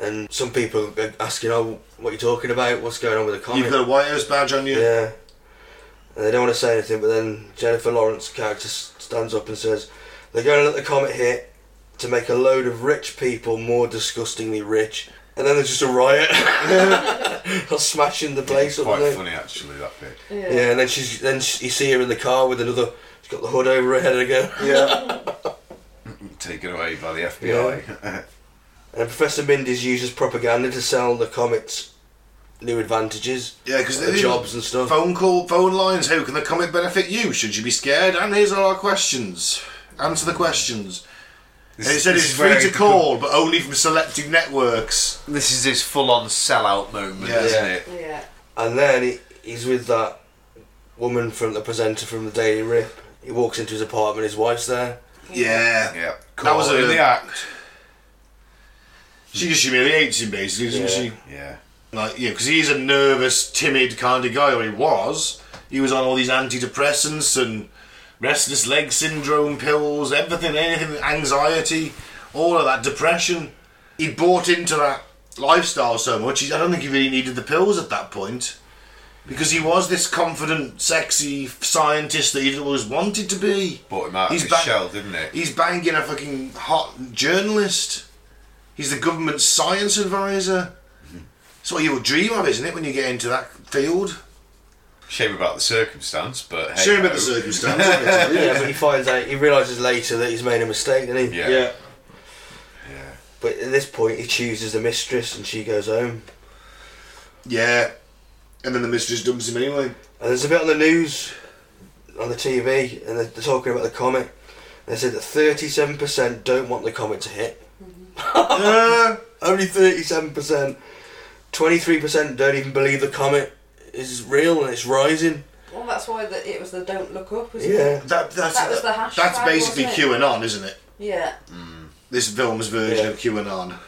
S4: And some people are asking, "Oh, what are you talking about? What's going on with the comic?"
S1: You've got a White House badge on you.
S4: yeah. And they don't want to say anything, but then Jennifer Lawrence character s- stands up and says, "They're going to let the comet hit to make a load of rich people more disgustingly rich." And then there's just a riot. <laughs> They're smashing the place
S2: It's
S4: up.
S2: quite
S4: there.
S2: funny, actually, that bit.
S3: Yeah.
S4: Yeah, and then she's then sh you see her in the car with another. She's got the hood over her head again.
S1: Yeah.
S2: Taken away by the FBI.
S4: And Professor Mindy's uses propaganda to sell the comet's new advantages,
S1: Yeah, because
S4: the jobs and
S1: <laughs>
S4: stuff.
S1: Phone call, phone lines. How can the comic benefit you? Should you be scared? And here's all our questions. Answer the questions.
S2: <laughs> This
S1: And it
S2: is-
S1: said
S2: this
S1: it's
S2: is
S1: free
S2: where
S1: to
S2: it
S1: call, but only from selected networks.
S2: become- this is his full-on sellout moment,
S1: Yeah.
S2: isn't
S4: Yeah.
S2: it?
S3: Yeah.
S4: And then he, he's with that woman from the presenter from the Daily Rip. He walks into his apartment. His wife's there.
S1: Yeah.
S2: Yeah,
S1: That was
S2: Caught
S1: a-
S2: in the act.
S1: She just humiliates him, basically, doesn't
S4: Yeah.
S1: she?
S2: Yeah,
S1: Like, yeah, because he's a nervous, timid kind of guy, or he was. He was on all these antidepressants and restless leg syndrome pills, everything, anything, anxiety, all of that, depression. He bought into that lifestyle so much, he, I don't think he really needed the pills at that point. Because he was this confident, sexy scientist that he'd always wanted to be.
S2: bought him out
S1: He's
S2: of his
S1: back-
S2: shell, didn't it?
S1: He's banging a fucking hot journalist. He's the government science advisor. It's what you would dream of, isn't it, when you get into that field?
S2: Shame about the circumstance, but hey,
S1: Shame about the
S2: ho.
S1: circumstance.
S4: Yeah, but he finds out. He realizes later that he's made a mistake. Then he.
S2: Yeah.
S1: yeah.
S2: Yeah.
S4: But at this point, he chooses the mistress, and she goes home.
S1: <laughs> Yeah. And then the mistress dumps him anyway.
S4: And there's a bit on the news, on the TV, and they're they're talking about the comet. They said that 37% don't want the comet to hit.
S1: Yeah.
S4: Only 37%. 23% don't even believe the comet is real and it's rising.
S3: Well, that's why the, it was the don't look up, wasn't
S4: Yeah.
S3: it?
S1: That, that's
S3: That was the hashtag,
S1: that's basically
S3: wasn't
S1: QAnon, isn't it?
S3: Yeah.
S1: This film's version
S4: Yeah.
S1: of QAnon.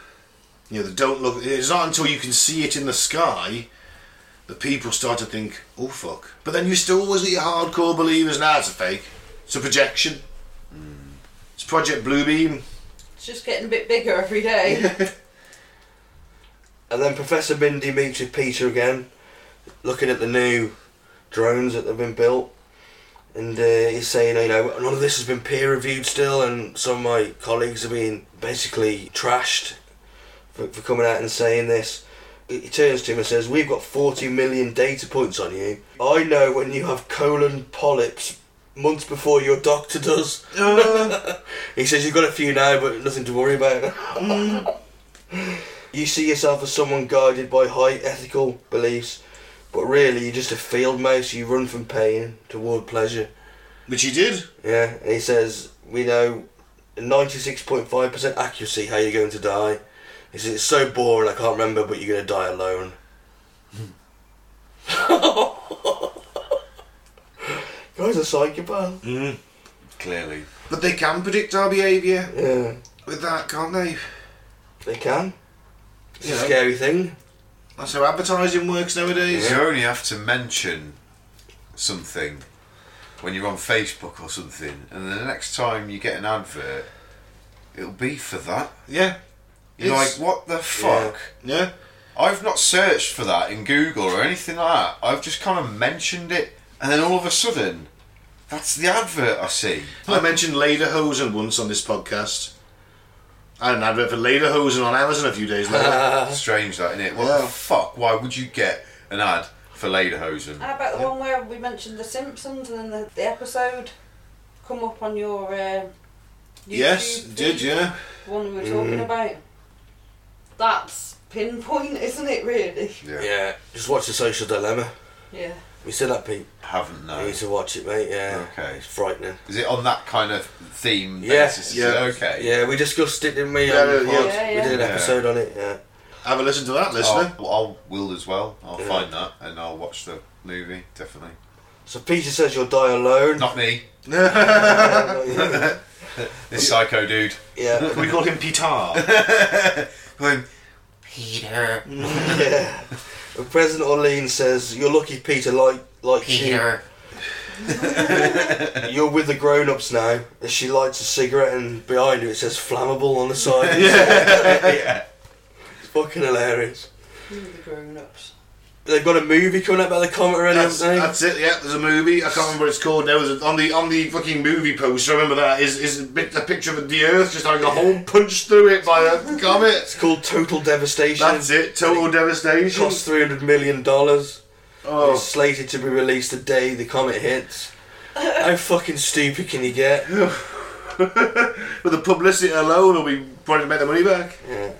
S1: You know, they don't look. It's not until you can see it in the sky that people start to think, "Oh fuck!" But then you still always get your hardcore believers. Now it's a fake. It's a projection. Hmm. It's Project Bluebeam.
S3: It's just getting a bit bigger
S1: <laughs>
S3: every day.
S4: And then Professor Mindy meets with Peter again, looking at the new drones that have been built. And uh, he's saying, you know, none of this has been peer reviewed still, and some of my colleagues have been basically trashed for, for coming out and saying this. He he turns to him and says, We've got 40 million data points on you. I know when you have colon polyps months before your doctor does. <laughs> he says, You've got a few now, but nothing to worry about. <laughs> You see yourself as someone guided by high ethical beliefs But really, you're just a field mouse. You run from pain toward pleasure.
S1: Which he did.
S4: Yeah, and he says, we know 96.5% accuracy how you're going to die. He says, it's so boring, I can't remember, but you're going to die alone. <laughs> Guy's a psychopath.
S2: Clearly. But they can predict our behaviour
S4: Yeah,
S2: with that, can't they?
S4: they can. It's
S1: You
S4: a
S1: know.
S4: scary thing.
S1: That's how advertising works nowadays.
S2: You only have to mention something when you're on Facebook or something, and the next time you get an advert, it'll be for that.
S1: Yeah.
S2: You're
S1: It's-
S2: like, what the fuck?
S1: Yeah.
S2: I've not searched for that in Google or anything like that. I've just kind of mentioned it, and then all of a sudden, that's the advert I see.
S1: I mentioned Lederhosen once on this podcast. I had an advert for Lederhosen on Amazon a few days <laughs> later.
S2: Strange, that innit? What
S1: Yeah.
S2: the fuck? Why would you get an ad for Lederhosen?
S3: How about the one where we mentioned The Simpsons and then the, the episode come up on your uh, YouTube
S1: yes,
S3: feed,
S1: did yeah. Mm-hmm.
S3: the One we were talking about. That's pinpoint, isn't it, really?
S2: Yeah.
S4: Yeah, just watch The Social Dilemma.
S3: Yeah.
S4: We said that, Pete.
S2: Haven't
S4: You
S2: known.
S4: need to watch it, mate, yeah.
S2: Okay.
S4: It's frightening.
S2: Is it on that kind of theme
S4: Yeah.
S2: basis?
S1: Yeah.
S2: Yeah. Okay.
S4: Yeah, we discussed it, didn't we?
S1: Yeah,
S4: on the
S1: yeah,
S4: pod?
S3: yeah.
S4: We did an
S2: Yeah.
S4: episode on it, yeah.
S1: Have a listen to that, listener.
S2: I'll, I'll will as well. I'll
S4: Yeah.
S2: find that and I'll watch the movie definitely.
S4: So Peter says you'll die alone.
S2: Not me.
S4: <laughs>
S1: Oh. <laughs>
S4: yeah,
S2: This psycho dude.
S4: yeah.
S1: we call him Pitar.
S2: Going, Peter.
S4: yeah. President Orlean says you're lucky, Peter. Like like you, you're with the grown-ups now. And she lights a cigarette, and behind her it says flammable on the
S1: <laughs>
S4: side.
S2: yeah.
S4: It's fucking hilarious.
S3: You the grown ups.
S4: They've got a movie coming out about the comet already,
S1: That's,
S4: haven't they?
S1: that's it. Yeah, there's a movie. I can't remember what it's called. There was a, on the on the fucking movie poster. I remember that is is a, bit, a picture of the Earth just having a hole punched through it by a comet.
S4: it's called Total Devastation.
S1: That's it. Total
S4: It
S1: devastation.
S4: costs three hundred million dollars. It's
S1: Oh,
S4: slated to be released the day the comet hits. How fucking stupid can you get?
S1: but the publicity alone will be probably make the money back.
S4: Yeah.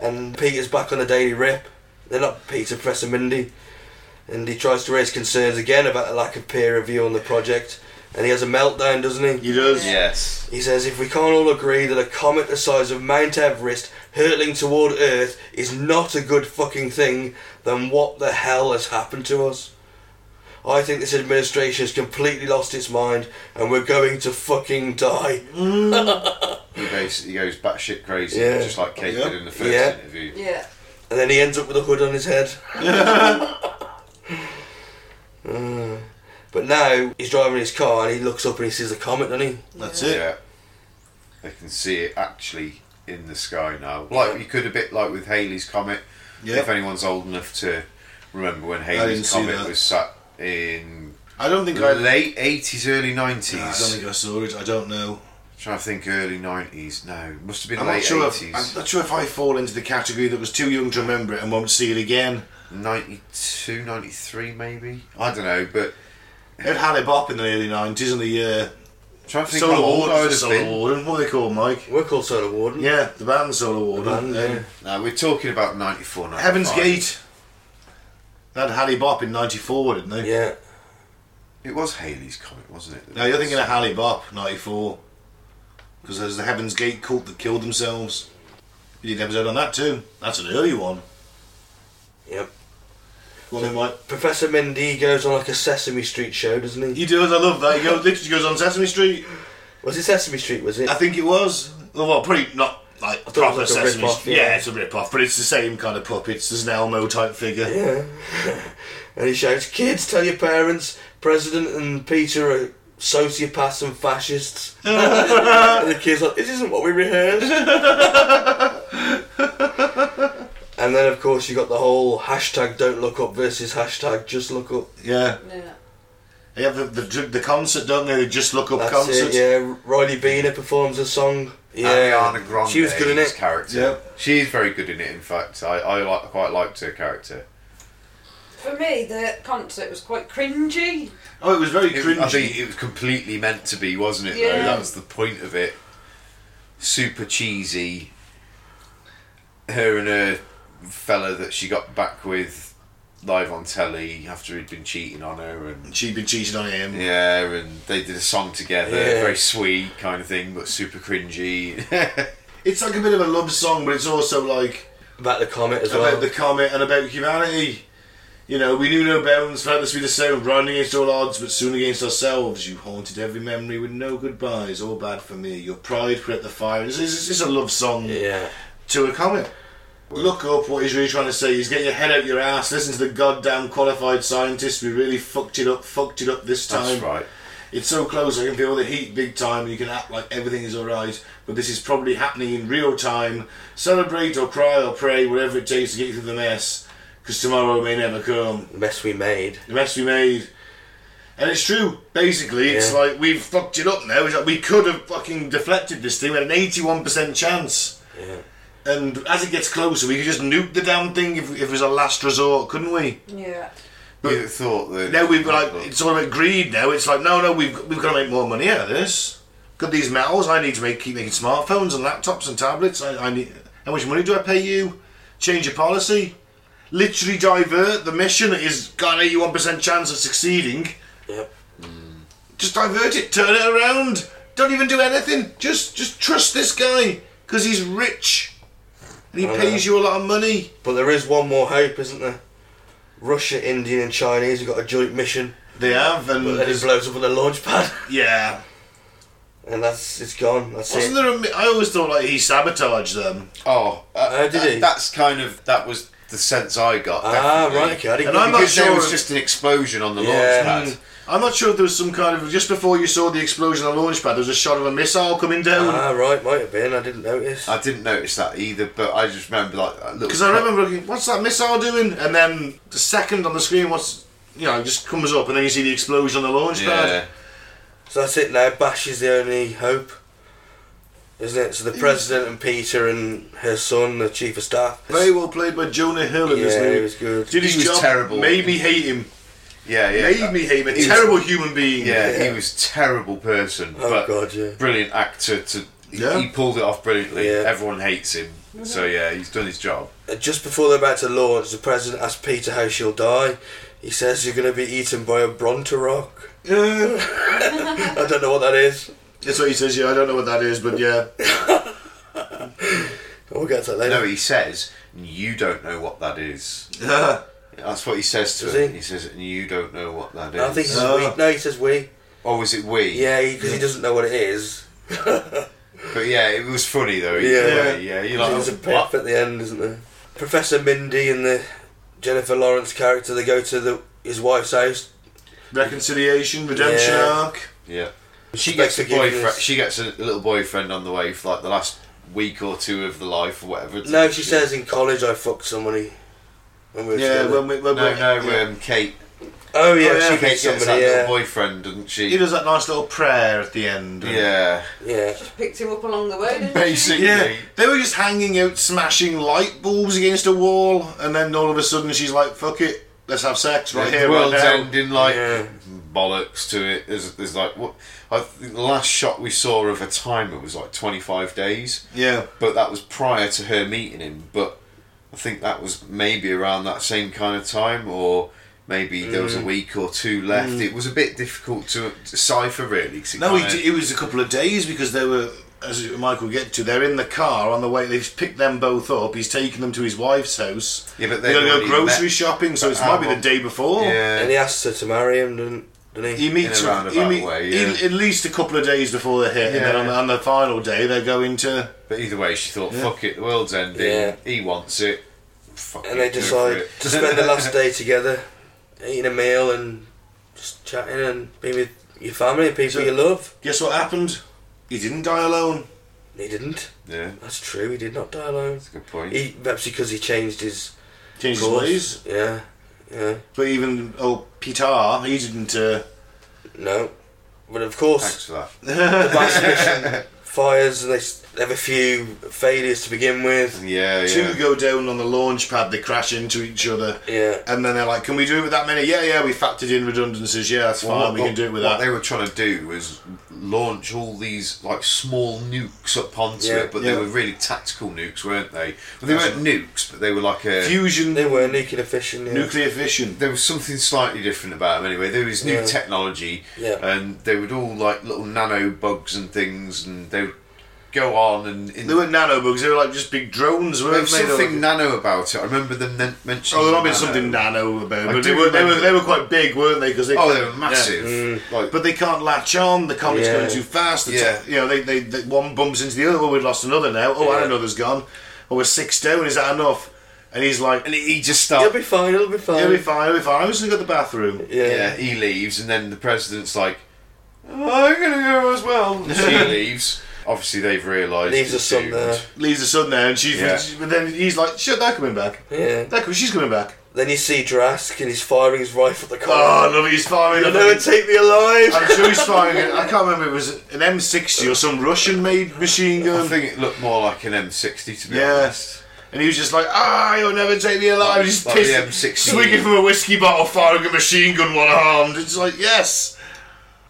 S4: And Peter's back on the daily rip. They're not Peter Pressamindi. And he tries to raise concerns again about the lack of peer review on the project. And he has a meltdown, doesn't he?
S1: He does.
S2: Yes.
S4: He says, if we can't all agree that a comet the size of Mount Everest hurtling toward Earth is not a good fucking thing, then what the hell has happened to us? I think this administration has completely lost its mind and we're going to fucking die.
S2: He basically goes batshit crazy,
S4: Yeah.
S2: just like Kate
S1: Yeah.
S2: did in the first
S4: Yeah.
S2: interview.
S3: Yeah.
S4: And then he ends up with a hood on his head. Uh, but now he's driving his car and he looks up and he sees the comet, doesn't he?
S1: That's it.
S2: Yeah. They can see it actually in the sky now. Like you could a bit like with Haley's comet.
S1: Yeah.
S2: If anyone's old enough to remember when
S1: didn't
S2: Haley's
S1: see
S2: comet
S1: that.
S2: was sat in
S1: I don't think I.
S2: late eighties, early
S1: I don't
S2: nineties.
S1: think I saw it. I don't know.
S2: Trying to think, early nineties. No, must have been
S1: I'm not
S2: late
S1: sure. If, I'm
S2: eighties.
S1: not sure if I fall into the category that was too young to remember it and won't see it again.
S2: 92, 93 maybe. I don't know, but
S1: It had a bop in the early nineties and the uh,
S2: I'm trying to think
S1: Solar
S2: how old I
S1: Warden.
S2: would have
S1: Solar
S2: been.
S1: Warden. What are they called, Mike?
S4: We're called Solar Warden.
S1: Yeah, the band Solar Warden.
S4: band,
S1: Um,
S4: yeah.
S2: No, we're talking about 94, 95.
S1: Heaven's Gate. That had Hallie Bop in '94, didn't they?
S4: Yeah.
S2: It was Haley's comet, wasn't it?
S1: No, you're thinking of Hallie Bop '94, because there's the Heaven's Gate cult that killed themselves. We did an episode on that too. That's an early one.
S4: Yep.
S1: Well, they might.
S4: Professor Mendy goes on like a Sesame Street show, doesn't he?
S1: He does. I love that. He goes, literally goes on Sesame Street.
S4: Was it Sesame Street, was it?
S1: I think it was. Well, well probably not like
S4: thought it was
S1: proper
S4: like a
S1: Sesame
S4: rip-off,
S1: Street.
S4: yeah.
S1: Yeah. it's a rip off, but it's the same kind of puppets. There's an Elmo type figure.
S4: yeah. and he shouts, Kids, tell your parents, President and Peter are sociopaths and fascists. and the kid's like, This isn't what we rehearsed. and then, of course, you got the whole hashtag don't look up versus hashtag just look up.
S1: Yeah.
S3: Yeah.
S1: They have the, the, the concert, don't they? They just look up
S4: That's
S1: concerts.
S4: it, yeah. Riley Beener performs a song. Yeah.
S2: Ariana Grande.
S4: She was good in it.
S2: Character.
S1: Yeah.
S2: She's very good in it. In fact, I, I like, quite liked her character.
S3: For me, the concert was quite cringy.
S1: Oh, it was very
S2: It,
S1: cringy.
S2: I think it was completely meant to be, wasn't it? Though
S3: Yeah.
S2: that was the point of it. Super cheesy. Her and her fella that she got back with live on telly after he'd been cheating on her and
S1: She'd been cheating on him.
S2: yeah, and they did a song together,
S4: Yeah.
S2: very sweet kind of thing, but super cringy. <laughs>
S1: It's like a bit of a love song, but it's also like
S4: About the comet as well.
S1: about the comet and about humanity. You know, we knew no bounds, felt the sweetest sound, running against all odds, but soon against ourselves. You haunted every memory with no goodbyes, all bad for me. Your pride crept the fire. It's, it's, it's a love song
S4: yeah.
S1: to a comet. Look up what he's really trying to say. He's getting your head out your ass. Listen to the goddamn qualified scientists. We really fucked it up, fucked it up this time.
S2: That's right.
S1: It's so close, I can feel the heat big time, and you can act like everything is alright, but this is probably happening in real time. Celebrate or cry or pray, whatever it takes to get you through the mess, because tomorrow may never come.
S4: The mess we made.
S1: The mess we made. And it's true, basically, it's
S4: Yeah.
S1: like we've fucked it up now. It's like we could have fucking deflected this thing, we had an 81% chance.
S4: Yeah.
S1: And as it gets closer, we could just nuke the damn thing if, if it was a last resort, couldn't we?
S3: Yeah.
S1: But-
S2: You'd have thought that
S1: Now we've got
S2: but-
S1: like it's all about greed. Now it's like no, no, we've we've got to make more money out of this. Got these metals. I need to make keep making smartphones and laptops and tablets. I, I need. How much money do I pay you? Change your policy. Literally divert the mission that is got an eighty-one percent chance of succeeding.
S4: Yep.
S1: Just divert it. Turn it around. Don't even do anything. Just just trust this guy because he's rich and he
S4: I know.
S1: pays you a lot of money.
S4: But there is one more hope, isn't there? Russia, Indian, and Chinese have got a joint mission,
S1: They have and
S4: but then it blows up on their launch pad, <laughs>
S1: yeah.
S4: and that's it's gone. That's
S1: Wasn't
S4: it.
S1: there? A, mi- I always thought like he sabotaged them.
S2: Oh, uh,
S4: Oh, did
S2: that-
S4: he?
S2: That's kind of that was the sense I got.
S4: Ah,
S2: definitely.
S4: right. Okay. I didn't
S1: And I'm not
S4: know-
S2: Because there
S1: sure
S2: was
S1: if-
S2: just an explosion on the
S4: Yeah.
S2: launch
S1: Mm.
S2: pad.
S1: I'm not sure if there was some kind of just before you saw the explosion on the launch pad. There was a shot of a missile coming down.
S4: Ah, right. Might have been. I didn't notice.
S2: I didn't notice that either, but I just remember like a little.
S1: Because I remember looking, what's that missile doing? And then the second on the screen, what's you know, it just comes up, and then you see the explosion on the launch
S2: Yeah.
S1: pad.
S4: So that's it now. Bash is the only hope, isn't it? So
S1: Mm.
S4: the president and Peter and her son, the chief of staff.
S1: Very well played by Jonah Hill in this
S4: yeah,
S1: movie.
S4: it was good.
S1: Did
S2: He
S1: his
S2: was
S1: job,
S2: terrible.
S1: Made me hate him.
S2: Yeah, yeah.
S1: made
S2: that-
S1: me hate him. A
S2: he was-
S1: terrible human being. <laughs>
S2: Yeah, he was terrible person.
S4: Oh,
S2: but
S4: God, yeah.
S2: Brilliant actor. To he-
S1: Yeah.
S2: he pulled it off brilliantly.
S4: Yeah.
S2: Everyone hates him. So yeah, he's done his job.
S4: Uh, Just before they're about to launch, the president asks Peter how she'll die. He says you're going to be eaten by a Bronta rock.
S1: Yeah.
S4: <laughs> I don't know what that is.
S1: That's what he says. Yeah, I don't know what that is, but yeah, <laughs>
S4: We'll get to that later.
S2: No, he says you don't know what that is. That's what he says to
S4: Does
S2: him.
S4: he?
S2: He says you don't know what that is.
S4: I think he says
S1: Oh.
S4: we. No, he says we.
S2: or was it we?
S4: Yeah, because he, doesn't know what it is.
S2: But yeah, it was funny though.
S4: Yeah.
S2: Yeah, yeah. You're like,
S4: There's a
S2: "What?"
S4: pip at the end, isn't there? Professor Mindy and the Jennifer Lawrence character, they go to the his wife's house.
S1: reconciliation, redemption
S4: Yeah.
S1: arc.
S2: Yeah. She
S4: Expect
S2: gets a
S4: forgiveness.
S2: boyfriend. She gets a little boyfriend on the way for like the last week or two of the life or whatever. doesn't
S4: No, she says in college I fucked somebody. When we were
S1: Yeah,
S4: together.
S1: when we, when
S2: No,
S1: we,
S2: no.
S1: yeah.
S2: Um, Kate.
S4: oh yeah,
S1: Oh, yeah,
S2: Kate
S4: she fucked
S2: gets that
S4: somebody.
S2: little
S4: Yeah,
S2: boyfriend, doesn't she?
S1: he does that nice little prayer at the end. and-
S2: yeah.
S4: <laughs> yeah.
S3: Picked him up along the way, didn't she?
S2: Basically.
S1: Yeah, they were just hanging out, smashing light bulbs against a wall, and then all of a sudden she's like, "Fuck it, let's have sex right
S2: the
S1: here, right
S2: world's
S1: now."
S2: ending like
S4: Yeah.
S2: bollocks to it. There's, there's like what I think the last shot we saw of a timer was like 25 days,
S1: Yeah,
S2: but that was prior to her meeting him. But I think that was maybe around that same kind of time, or maybe there
S1: Mm.
S2: was a week or two left. It was a bit difficult to decipher really. 'cause it
S1: no, it,
S2: kinda-
S1: it was a couple of days because they were, as Michael get to, they're in the car on the way. They've picked them both up. He's taking them to his wife's house.
S2: Yeah, but
S1: They're
S2: they'd
S1: gonna go
S2: already
S1: grocery
S2: met-
S1: shopping, so
S2: but
S1: it might be
S2: how
S1: the day before.
S4: And
S2: Yeah,
S4: he asks her to marry him, doesn't, doesn't
S1: He
S4: he?
S1: meets
S2: In a
S1: her-
S2: roundabout
S1: he meet-
S2: way, yeah.
S1: he- at least a couple of days before they hit, and then
S2: Yeah.
S1: on the, on the final day they're going to.
S2: but either way, she thought, "Fuck it, the world's ending.
S4: Yeah.
S2: He wants it." Fuck
S4: And
S2: it,
S4: they
S2: go for
S4: decide
S2: it."
S4: to
S2: <laughs>
S4: spend the last day together, eating a meal and just chatting and being with your family and people
S1: So-
S4: you love.
S1: Guess what happened? He didn't die alone.
S4: He didn't.
S2: yeah,
S4: That's true. He did not die alone.
S2: that's a good point.
S4: He perhaps because he changed his
S1: Changed his
S4: course.
S1: ways.
S4: Yeah, yeah.
S1: But even oh Pitar, he didn't. Uh,
S4: No, but of course
S2: Thanks for that.
S4: the
S1: <laughs>
S4: last mission fires and they s- they have a few failures to begin with.
S2: Yeah, yeah.
S1: Two go down on the launch pad. They crash into each other,
S4: Yeah,
S1: and then they're like, "Can we do it with that many?" Yeah, yeah. We factored in redundancies. Yeah, that's fine. we can do it with
S2: what
S1: that.
S2: they were trying to do was launch all these like small nukes up onto
S4: Yeah,
S2: it, but
S1: yeah.
S2: they were really tactical nukes, weren't they? Well, they weren't nukes, but they were like a.
S1: Fusion,
S4: They were nuclear fission. Yeah.
S1: nuclear fission.
S2: there was something slightly different about them anyway. There was new
S4: Yeah.
S2: technology,
S4: Yeah.
S2: and they would all like little nano bugs and things, and they would go on and. In,
S1: They were nanobugs. They were like just big drones,
S2: there
S1: weren't
S2: was
S1: they? They were
S2: something
S1: like-
S2: nano about it. I remember them then mentioning.
S1: Oh, there might be
S2: nano.
S1: something nano about,
S2: I
S1: it, but
S2: do
S1: they were, they were
S2: remember.
S1: they were quite big, weren't they? Because they
S2: Oh, they were
S1: yeah. Mm.
S2: massive. Like,
S1: But they can't latch on. The comet's
S4: Yeah.
S1: going too fast. The
S2: Yeah.
S1: top- you know, they, they, they one bumps into the other. Oh, we've lost another now. Oh,
S4: Yeah.
S1: another's gone. Oh, we're six down. Is that enough? And he's like,
S2: and he just
S4: It'll
S2: started.
S4: be fine. It'll be fine.
S1: "You'll be fine. You'll be fine. I'm just gonna go to the bathroom."
S4: Yeah.
S2: yeah, he leaves, and then the president's like, "I'm gonna go
S1: <laughs>
S2: as well." she <laughs> leaves. Obviously, they've realised.
S4: Leaves
S2: the
S4: the son
S2: dude-
S4: there.
S1: Leaves the sun there, and she.
S2: Yeah.
S1: But then he's like, "Shit, they're coming back.
S4: Yeah.
S1: They're coming. She's coming back."
S4: Then you see Drask and he's firing his rifle at the
S1: Oh,
S4: car.
S1: I love it. He's firing.
S4: You'll
S1: up.
S4: never take me alive.
S1: I'm sure he's firing. it. I can't remember. It was an M60 or some Russian-made machine
S2: I
S1: gun.
S2: think it looked more like an M60 to be honest.
S1: Yes. And he was just like, ah, you'll never take me alive.
S2: Like-
S1: just
S2: like
S1: pissed,
S2: the M16.
S1: swinging from a whiskey bottle, firing a machine gun one armed. It's like, yes.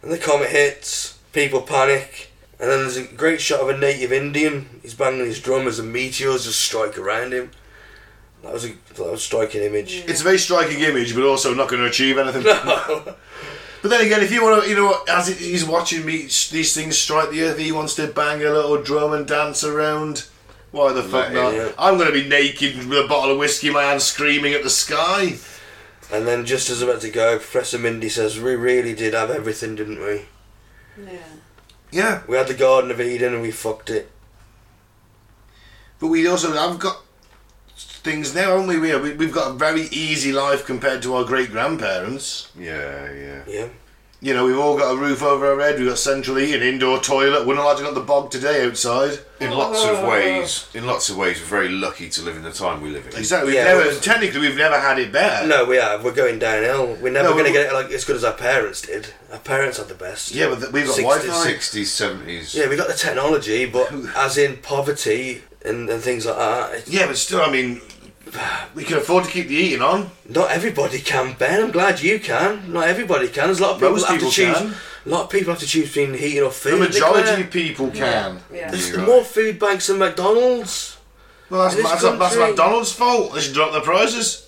S4: and the comet hits. People panic. And then there's a great shot of a native Indian. He's banging his drum as the meteors just strike around him. That was a that was a striking image.
S1: It's a very striking image, but also not going to achieve anything. <laughs> But then again, if you want to, you know, what, as it- he's watching me, sh- these things strike the earth, he wants to bang a little drum and dance around. Why the fuck
S2: Right,
S1: not?
S4: yeah.
S1: I'm going to be naked with a bottle of whiskey in my hand, screaming at the sky.
S4: And then just as about to go, Professor Mindy says, "We really did have everything, didn't we?
S3: Yeah.
S1: Yeah,
S4: We had the Garden of Eden and we fucked it."
S1: but we also have got things now, haven't we? We- We've got a very easy life compared to our great grandparents.
S2: Yeah, yeah.
S4: Yeah.
S1: You know, we've all got a roof over our head, we've got central heating, indoor toilet, we're not allowed to go to the bog today outside.
S2: In lots of ways, in lots of ways, we're very lucky to live in the time we live in.
S1: Exactly, we've
S4: Yeah,
S1: never,
S4: well-
S1: technically we've never had it better.
S4: No, we are. We're going downhill. We're never
S1: No,
S4: going
S1: we-
S4: to get it like as good as our parents did. Our parents had the best.
S1: Yeah, but th- we've got
S4: 60s.
S1: Wi-Fi.
S2: Sixties, seventies.
S4: Yeah, we got the technology, but as in poverty and, and things like that. it-
S1: Yeah, but still, I mean, we can afford to keep the heating on.
S4: Not everybody can, Ben. I'm glad you can. Not everybody can. There's a lot of people
S1: Most
S4: that have to
S1: people
S4: choose.
S1: can.
S4: A lot of people have to choose between heating or food.
S1: The majority
S4: Nicola.
S1: of people can.
S3: Yeah.
S4: There's
S2: You're
S4: more food banks than McDonald's.
S1: Well, that's,
S4: In this
S1: that's, that's
S4: country-
S1: McDonald's fault. They should drop their prices.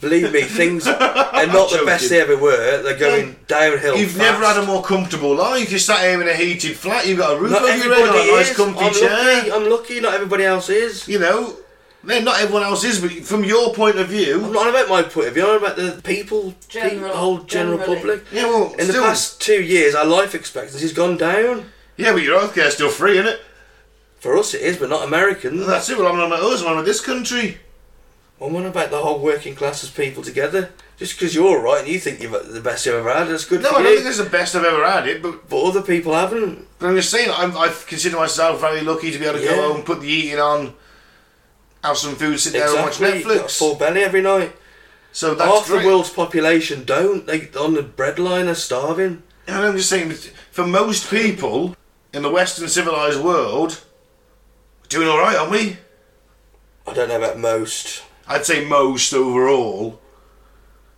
S4: Believe
S1: <laughs>
S4: me, things are not the best they ever were. They're going downhill.
S1: You've
S4: fast.
S1: never had a more comfortable life. You're sat here in a heated flat, you've got a roof
S4: Not
S1: over your head,
S4: everybody
S1: a nice
S4: is.
S1: comfy
S4: I'm
S1: chair.
S4: lucky. I'm lucky. Not everybody else is.
S1: You know, no, not everyone else is, but from your point of view,
S4: I'm not on about my point of view. I'm on about the people,
S3: General-
S4: the whole general
S3: generally.
S4: public.
S1: Yeah, well,
S4: in
S1: still-
S4: the past two years, our life expectancy's gone down.
S1: yeah, but your healthcare's still free, isn't it?
S4: For us, it is, but not Americans.
S1: Well, That's it. Well, I'm not about us. I'm about this country.
S4: I'm on about the whole working class as people together. Just because you're all right and you think you've the best you've ever had, that's good
S1: No,
S4: for
S1: I
S4: you.
S1: don't think this is the best I've ever had it, but,
S4: but other people haven't.
S1: but I'm just saying, I'm, I consider myself very lucky to be able to
S4: Yeah.
S1: go home, put the eating on, have some food, sit down
S4: exactly.
S1: and
S4: You've got
S1: watch
S4: a
S1: Netflix.
S4: full belly every night.
S1: So that's
S4: Half
S1: great.
S4: the world's population don't. They on the breadline are starving.
S1: And I'm just saying, for most people in the Western civilized world, we're doing all right, aren't we?
S4: I don't know about most.
S1: I'd say most overall.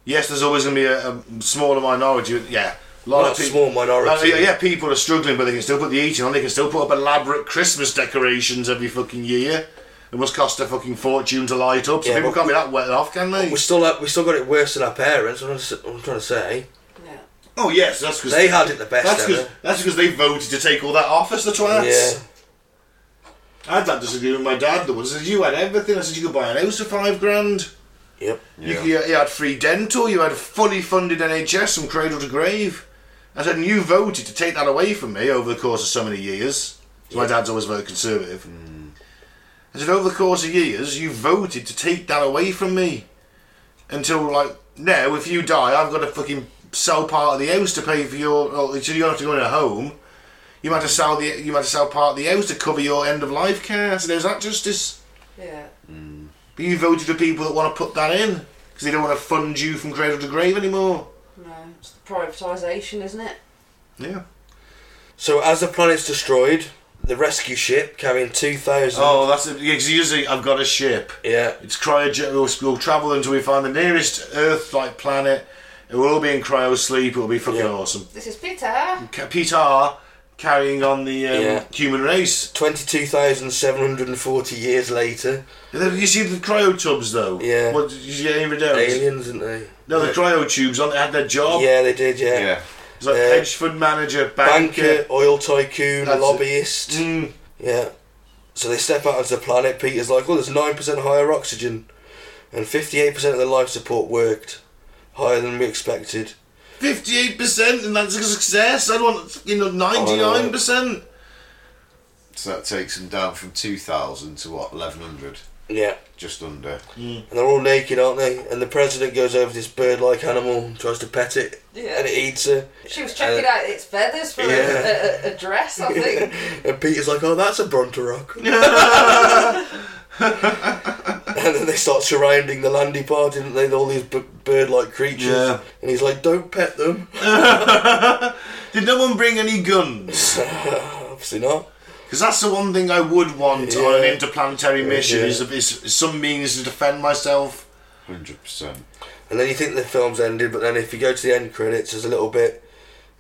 S1: Yes, there's always going to be a, a smaller minority. but Yeah, a lot
S4: Not
S1: of
S4: a
S1: peop-
S4: small minority.
S1: Uh, yeah, yeah, people are struggling, but they can still put the eating on. They can still put up elaborate Christmas decorations every fucking year. It must cost a fucking fortune to light up. So
S4: Yeah,
S1: people
S4: but- Oh,
S1: can't be that wet off, can they?
S4: We still have, we still got it worse than our parents. What I'm s- I'm trying to say.
S3: Yeah.
S1: Oh yes, that's because
S4: They had it the best
S1: That's
S4: ever.
S1: because that's because they voted to take all that off us. The twats.
S4: Yeah.
S1: I had that disagreement with my dad. The one says you had everything. I said you could buy an house for five grand.
S4: Yep.
S1: You,
S2: Yeah.
S1: you, you had free dental, you had fully funded NHS from cradle to grave. I said, and you voted to take that away from me over the course of so many years. 'Cause My dad's always very conservative. I said, over the course of years, you voted to take that away from me. Until, like, now, if you die, I've got to fucking sell part of the house to pay for your. Or, so you don't have to go in a home. You might have to sell the you might have to sell part of the house to cover your end of life care. So there's that justice.
S3: Yeah.
S1: But you voted for people that want to put that in because they don't want to fund you from cradle to grave anymore.
S3: No, it's the privatisation, isn't it?
S1: Yeah.
S4: So as the planet's destroyed, the rescue ship carrying two thousand.
S1: Oh, that's a, yeah, 'cause usually I've got a ship.
S4: Yeah.
S1: It's cryo. We'll, we'll travel until we find the nearest Earth-like planet. It will all be in cryo sleep. It'll be fucking
S4: Yeah.
S1: awesome.
S3: This is Peter.
S1: Ca- Peter carrying on the um,
S4: Yeah.
S1: human race.
S4: 22,740 years later,
S1: You see the cryo tubs though.
S4: Yeah.
S1: What did you see any videos?
S4: aliens, didn't they?
S1: No, the cryo tubes on. They had their job.
S4: Yeah, they did, yeah.
S2: Yeah.
S1: It's like
S4: Uh,
S1: hedge fund manager, banker.
S4: Banker, oil tycoon,
S1: That's it.
S4: lobbyist.
S1: Mm.
S4: Yeah. So they step out onto the planet. Peter's like, well, there's 9% higher oxygen, and 58% of the life support worked. Higher than we expected.
S1: 58% and that's a success. I'd want, you know, 99%.
S2: So that takes them down from 2,000 to what, 1,100?
S4: Yeah.
S2: Just under.
S4: And they're all naked, aren't they? And the president goes over this bird like animal and tries to pet it,
S3: Yeah.
S4: and it eats her.
S3: She was checking out its feathers for
S4: Uh, Yeah.
S3: a, a, a dress, I
S4: <laughs>
S3: think.
S4: And Peter's like, oh, that's a Brontorock. and then they start surrounding the landing part, didn't they? All these b- bird like creatures.
S1: Yeah.
S4: And he's like, don't pet them.
S1: Did no one bring any guns?
S4: <laughs> Obviously not.
S1: Because that's the one thing I would want on an
S4: Yeah.
S1: interplanetary mission
S4: Yeah.
S1: is, is some means to defend myself.
S2: 100%.
S4: And then you think the film's ended, but then if you go to the end credits, there's a little bit,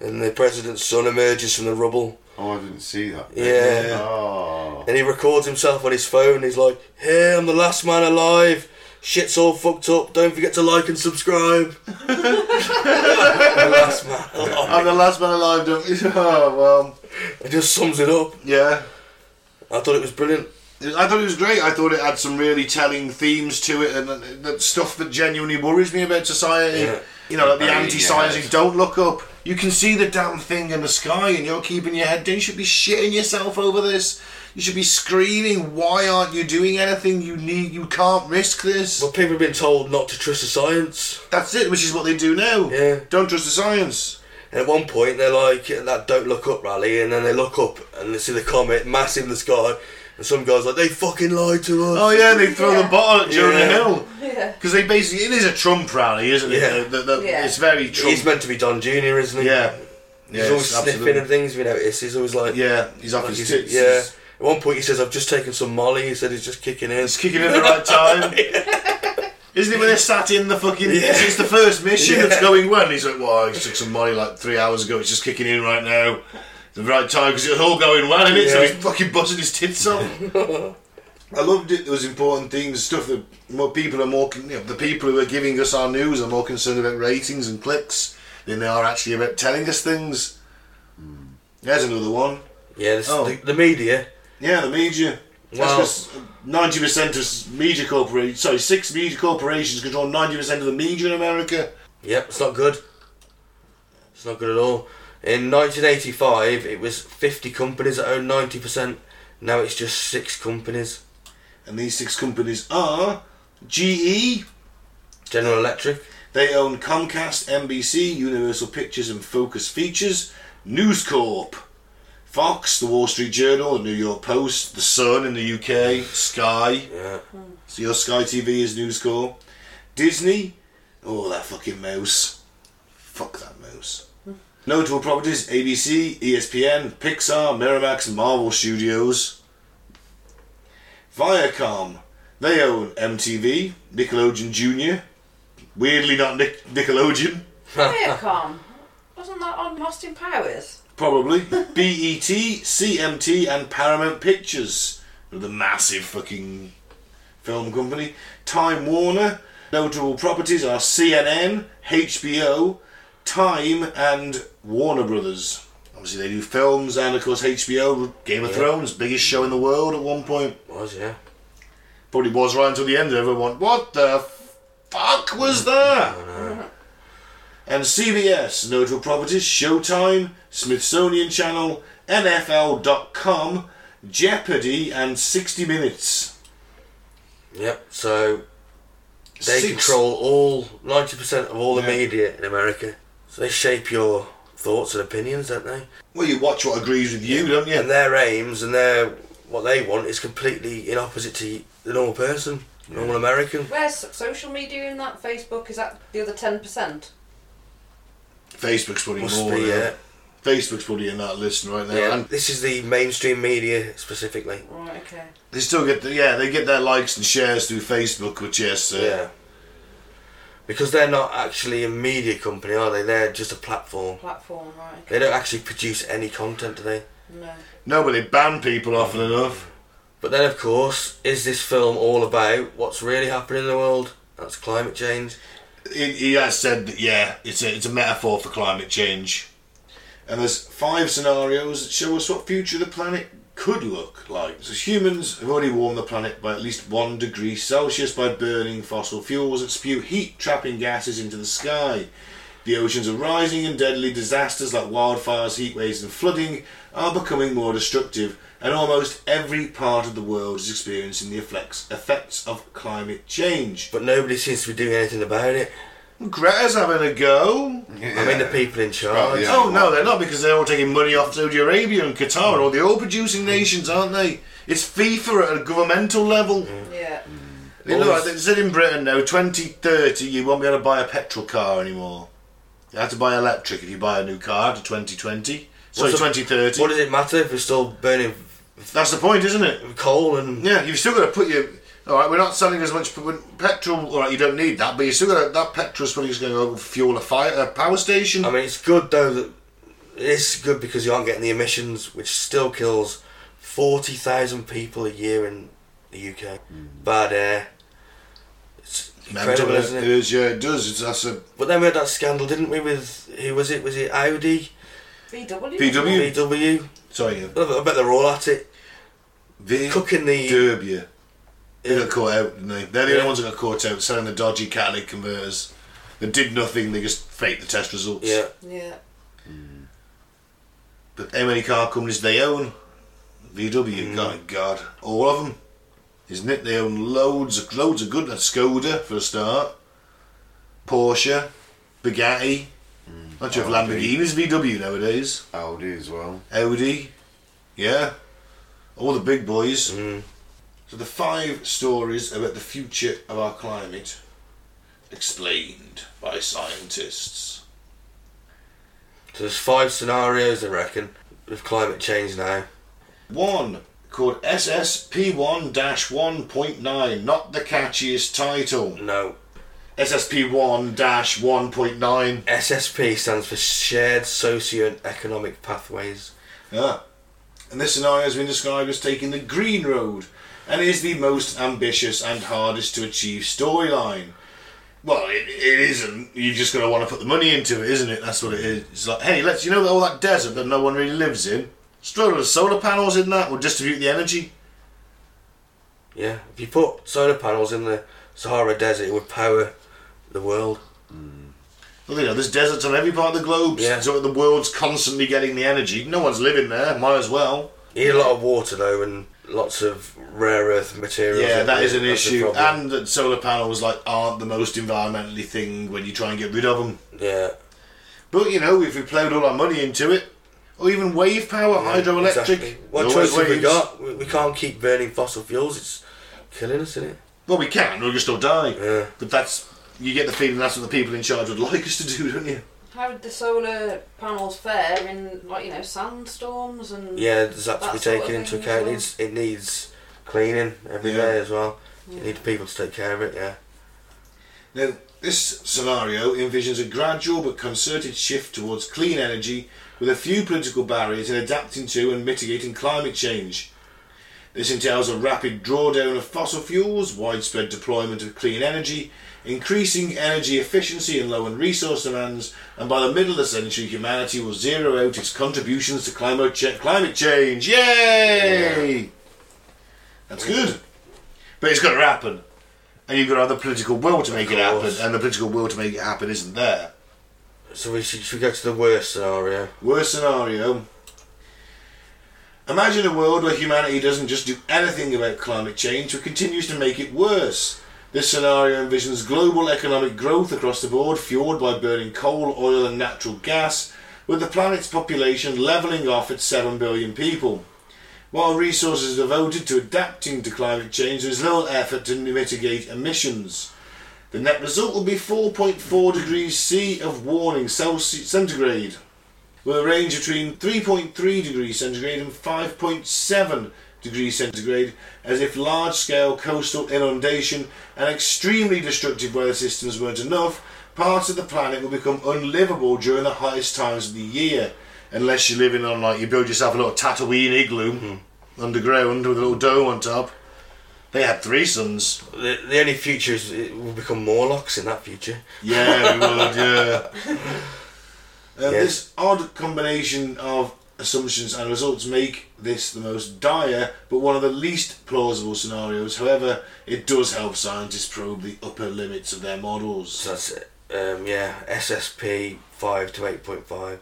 S4: and the president's son emerges from the rubble,
S2: Oh, I didn't see that.
S4: Yeah. Yeah.
S2: Oh.
S4: and he records himself on his phone. He's like, "Hey, I'm the last man alive. Shit's all fucked up. Don't forget to like and subscribe." the last man alive.
S1: I'm the last man alive. Don't <laughs> oh, well,
S4: It just sums it up.
S1: yeah.
S4: I thought it was brilliant.
S1: I thought it was great. I thought it had some really telling themes to it, and that, that stuff that genuinely worries me about society.
S4: Yeah.
S1: You know, like the
S2: Yeah.
S1: anti-science thing, Don't look up. You can see the damn thing in the sky, and you're keeping your head down. You should be shitting yourself over this. You should be screaming. Why aren't you doing anything? You need. You can't risk this.
S4: But people have been told not to trust the science.
S1: That's it. Which is what they do now.
S4: Yeah.
S1: Don't trust the science.
S4: And at one point, they're like at that "Don't Look Up" rally, and then they look up and they see the comet massive in the sky, and some guys like they fucking lied to us.
S1: Oh yeah, they throw
S3: Yeah.
S1: the bottle at Jonah
S4: Yeah.
S1: Hill
S3: Yeah.
S1: because they basically it is a Trump rally, isn't it?
S4: Yeah.
S1: The- the- the-
S3: Yeah.
S1: It's very Trump.
S4: He's meant to be Don Junior, isn't he?
S1: Oh. yeah.
S4: He's
S1: Yes,
S4: always
S1: absolutely.
S4: sniffing and things. You notice he's always like,
S1: Yeah, he's off
S4: like
S1: his
S4: he's-
S1: tits.
S4: yeah. At one point, he says, "I've just taken some Molly." He said he's just kicking in.
S1: He's kicking at the right <laughs> time. Isn't it when they're sat in the fucking.
S4: Yeah.
S1: It's the first mission
S4: Yeah.
S1: that's going when? He's like, well, I took some money like three hours ago, it's just kicking in right now. The right time because it was all going well in it, so
S4: Yeah.
S1: he's fucking busting his tits off. <laughs> I loved it. There was important things, stuff that more people are more. con- You know, the people who are giving us our news are more concerned about ratings and clicks than they are actually about telling us things. Hmm. There's another one.
S4: Yeah, this,
S1: Oh.
S4: the, the media.
S1: Yeah, the media.
S4: Wow.
S1: Ninety percent of s- media corporations, sorry, six media corporations control ninety percent of the media in America.
S4: Yep, it's not good. It's not good at all. In 1985, it was 50 companies that owned 90%. Now it's just six companies:
S1: And these six companies are E, GE.
S4: General Electric,
S1: They own Comcast, NBC, Universal Pictures, and Focus Features. News Corp. Fox, The Wall Street Journal, The New York Post, The Sun in the UK, Sky.
S4: yeah,
S1: So your Sky TV is News Corp. Disney. Oh, that fucking mouse. Fuck that mouse. Notable properties ABC, ESPN, Pixar, Miramax, and Marvel Studios. Viacom. They own MTV, Nickelodeon Jr. Weirdly, not Nic- Nickelodeon.
S3: Viacom. Wasn't that on Austin Powers?
S1: <laughs> Probably. BET, CMT, and Paramount Pictures. The massive fucking film company. Time Warner. Notable properties are CNN, HBO, Time, and Warner Brothers. Obviously, they do films, and of course, HBO, Game of Thrones, biggest show in the world at one point.
S4: was yeah.
S1: Probably was right until the end. Everyone went, "What the fuck was that?" And CBS, notable properties: Showtime, Smithsonian Channel, NFL.com, Jeopardy, and 60 Minutes.
S4: Yep. So They
S1: Six-
S4: control all ninety percent of all the
S1: Yeah.
S4: media in America. So they shape your thoughts and opinions, don't they?
S1: Well, you watch what agrees with you, don't
S4: And
S1: you?
S4: their aims and their what they want is completely in opposite to the normal person, the normal American.
S3: Where's social media in that? Facebook is that the other ten percent?
S1: Facebook's probably
S4: Must
S1: more.
S4: be
S1: than-
S4: yeah.
S1: Facebook's probably in that list right now.
S4: yeah.
S1: And
S4: This is the mainstream media specifically.
S3: Right. Okay.
S1: they still get the, yeah, they get their likes and shares through Facebook, which yes, uh,
S4: Yeah. because they're not actually a media company, are they? They're just a platform.
S3: Platform, right?
S4: They don't actually produce any content, do they?
S3: No.
S1: No, but they ban people often enough.
S4: But then, of course, is this film all about what's really happening in the world? That's climate change.
S1: He, he has said that, yeah, it's a, it's a metaphor for climate change. And there's five scenarios that show us what future the planet could look like. So humans have already warmed the planet by at least one degree Celsius by burning fossil fuels that spew heat trapping gases into the sky. The oceans are rising and deadly disasters like wildfires, heat waves and flooding are becoming more destructive and almost every part of the world is experiencing the effects effects of climate change.
S4: But nobody seems to be doing anything about it.
S1: Greta's having a go.
S4: I mean, the people in charge.
S2: Right, yeah.
S1: Oh no, they're not because they're all taking money off Saudi Arabia and Qatar and all the oil producing nations, aren't they? It's FIFA at a governmental level.
S4: Mm.
S3: Yeah.
S1: You know, like they said in Britain now, 2030, you won't be able to buy a petrol car anymore. You have to buy electric if you buy a new car to 2020. Sorry,
S4: What's the-
S1: 2030.
S4: What does it matter if we're still burning
S1: That's the point, isn't it?
S4: coal and
S1: Yeah, you've still got to put your. All right, we're not selling as much pe- petrol. All right, you don't need that, but you still got to, that petrol's probably just going to go fuel a fire, a power station.
S4: I mean, it's good though that it's good because you aren't getting the emissions, which still kills forty thousand people a year in the UK. Bad air. It's incredible,
S1: Mental,
S4: isn't
S1: it
S4: it?
S1: is, yeah, it does. It's, that's a
S4: But then we had that scandal, didn't we? With who was it? Was it Audi,
S3: VW.
S1: VW.
S4: VW?
S1: sorry, a
S4: I bet they're all at it,
S1: big
S4: cooking the.
S1: derby. yeah. They got caught out, didn't they? uh, They're the
S4: Yeah.
S1: only ones that got caught out selling the dodgy catalytic converters. They did nothing. They just faked the test results.
S4: Yeah,
S3: Yeah.
S1: But how many car companies they own?
S4: Mm.
S1: VW, God, God, all of them, isn't it? They own loads of loads of good. That's Skoda for a start, Porsche, Bugatti.
S4: Mm.
S1: Not sure if
S2: Audi.
S1: Lamborghini's VW nowadays.
S2: Audi as well.
S1: Audi, yeah, all the big boys. So the five stories about the future of our climate, explained by scientists.
S4: so there's five scenarios I reckon with climate change now.
S1: One called SSP1 1.9, not the catchiest title.
S4: No,
S1: SSP1 1.9.
S4: SSP stands for Shared Socio-Economic Pathways.
S1: Yeah. And this scenario has been described as taking the green road and is the most ambitious and hardest to achieve storyline. Well, it, it isn't. You've just got to want to put the money into it, isn't it? That's what it is. It's like, hey, let's, you know, all that desert that no one really lives in? Just throw the solar panels in that, we'll distribute the energy.
S4: Yeah, if you put solar panels in the Sahara Desert, it would power the world.
S1: Well, you know, there's deserts on every part of the globe,
S4: Yeah.
S1: so the world's constantly getting the energy. No one's living there, might as well.
S4: You need a lot of water though, and lots of rare earth materials.
S1: Yeah, that is an
S4: That's the
S1: issue.
S4: problem.
S1: And that solar panels like aren't the most environmentally thing when you try and get rid of them.
S4: yeah,
S1: But you know, if we ploughed all our money into it, or even wave power, hydroelectric,
S4: Exactly. What
S1: there's
S4: choice
S1: always
S4: have we
S1: waves.
S4: got? We, we can't keep burning fossil fuels. It's killing us, isn't it?
S1: Well, we can. We'll just all die.
S4: Yeah.
S1: But that's you get the feeling that's what the people in charge would <laughs> like us to do, don't you?
S3: How would the solar panels fare in, like, you know, sandstorms and.
S4: Yeah, does that to
S3: That
S4: be
S3: sort of
S4: taken into
S3: thing as
S4: account?
S3: well.
S4: It's, it needs cleaning every day
S1: Yeah.
S4: as well. You need people to take care of it. Yeah,
S1: Now, this scenario envisions a gradual but concerted shift towards clean energy with a few political barriers in adapting to and mitigating climate change. This entails a rapid drawdown of fossil fuels, widespread deployment of clean energy, increasing energy efficiency and low and resource demands, and by the middle of the century, humanity will zero out its contributions to climate, ch- climate change. Yay! That's good. But it's got to happen. And you've got to have the political will to make it happen,
S4: course.
S1: and the political will to make it happen isn't there.
S4: so we should, should we go to the worst scenario.
S1: Worst scenario. Imagine a world where humanity doesn't just do anything about climate change but continues to make it worse. This scenario envisions global economic growth across the board, fueled by burning coal, oil, and natural gas, with the planet's population levelling off at 7 billion people. While resources are devoted to adapting to climate change, there is little effort to mitigate emissions. The net result will be 4.4 degrees C of warning Celsius centigrade, with a range between 3.3 degrees centigrade and 5.7 degrees centigrade, as if large scale coastal inundation and extremely destructive weather systems weren't enough, parts of the planet will become unlivable during the hottest times of the year. Unless you live in on, like, you build yourself a little Tatooine igloo underground with a little dome on top. They had three sons.
S4: The, the only future is it will become Morlocks in that future.
S1: Yeah, we would, yeah. Um,
S4: Yes.
S1: This odd combination of assumptions and results make this the most dire, but one of the least plausible scenarios. However, it does help scientists probe the upper limits of their
S4: So
S1: models.
S4: that's it. Um, yeah, SSP five to eight point five.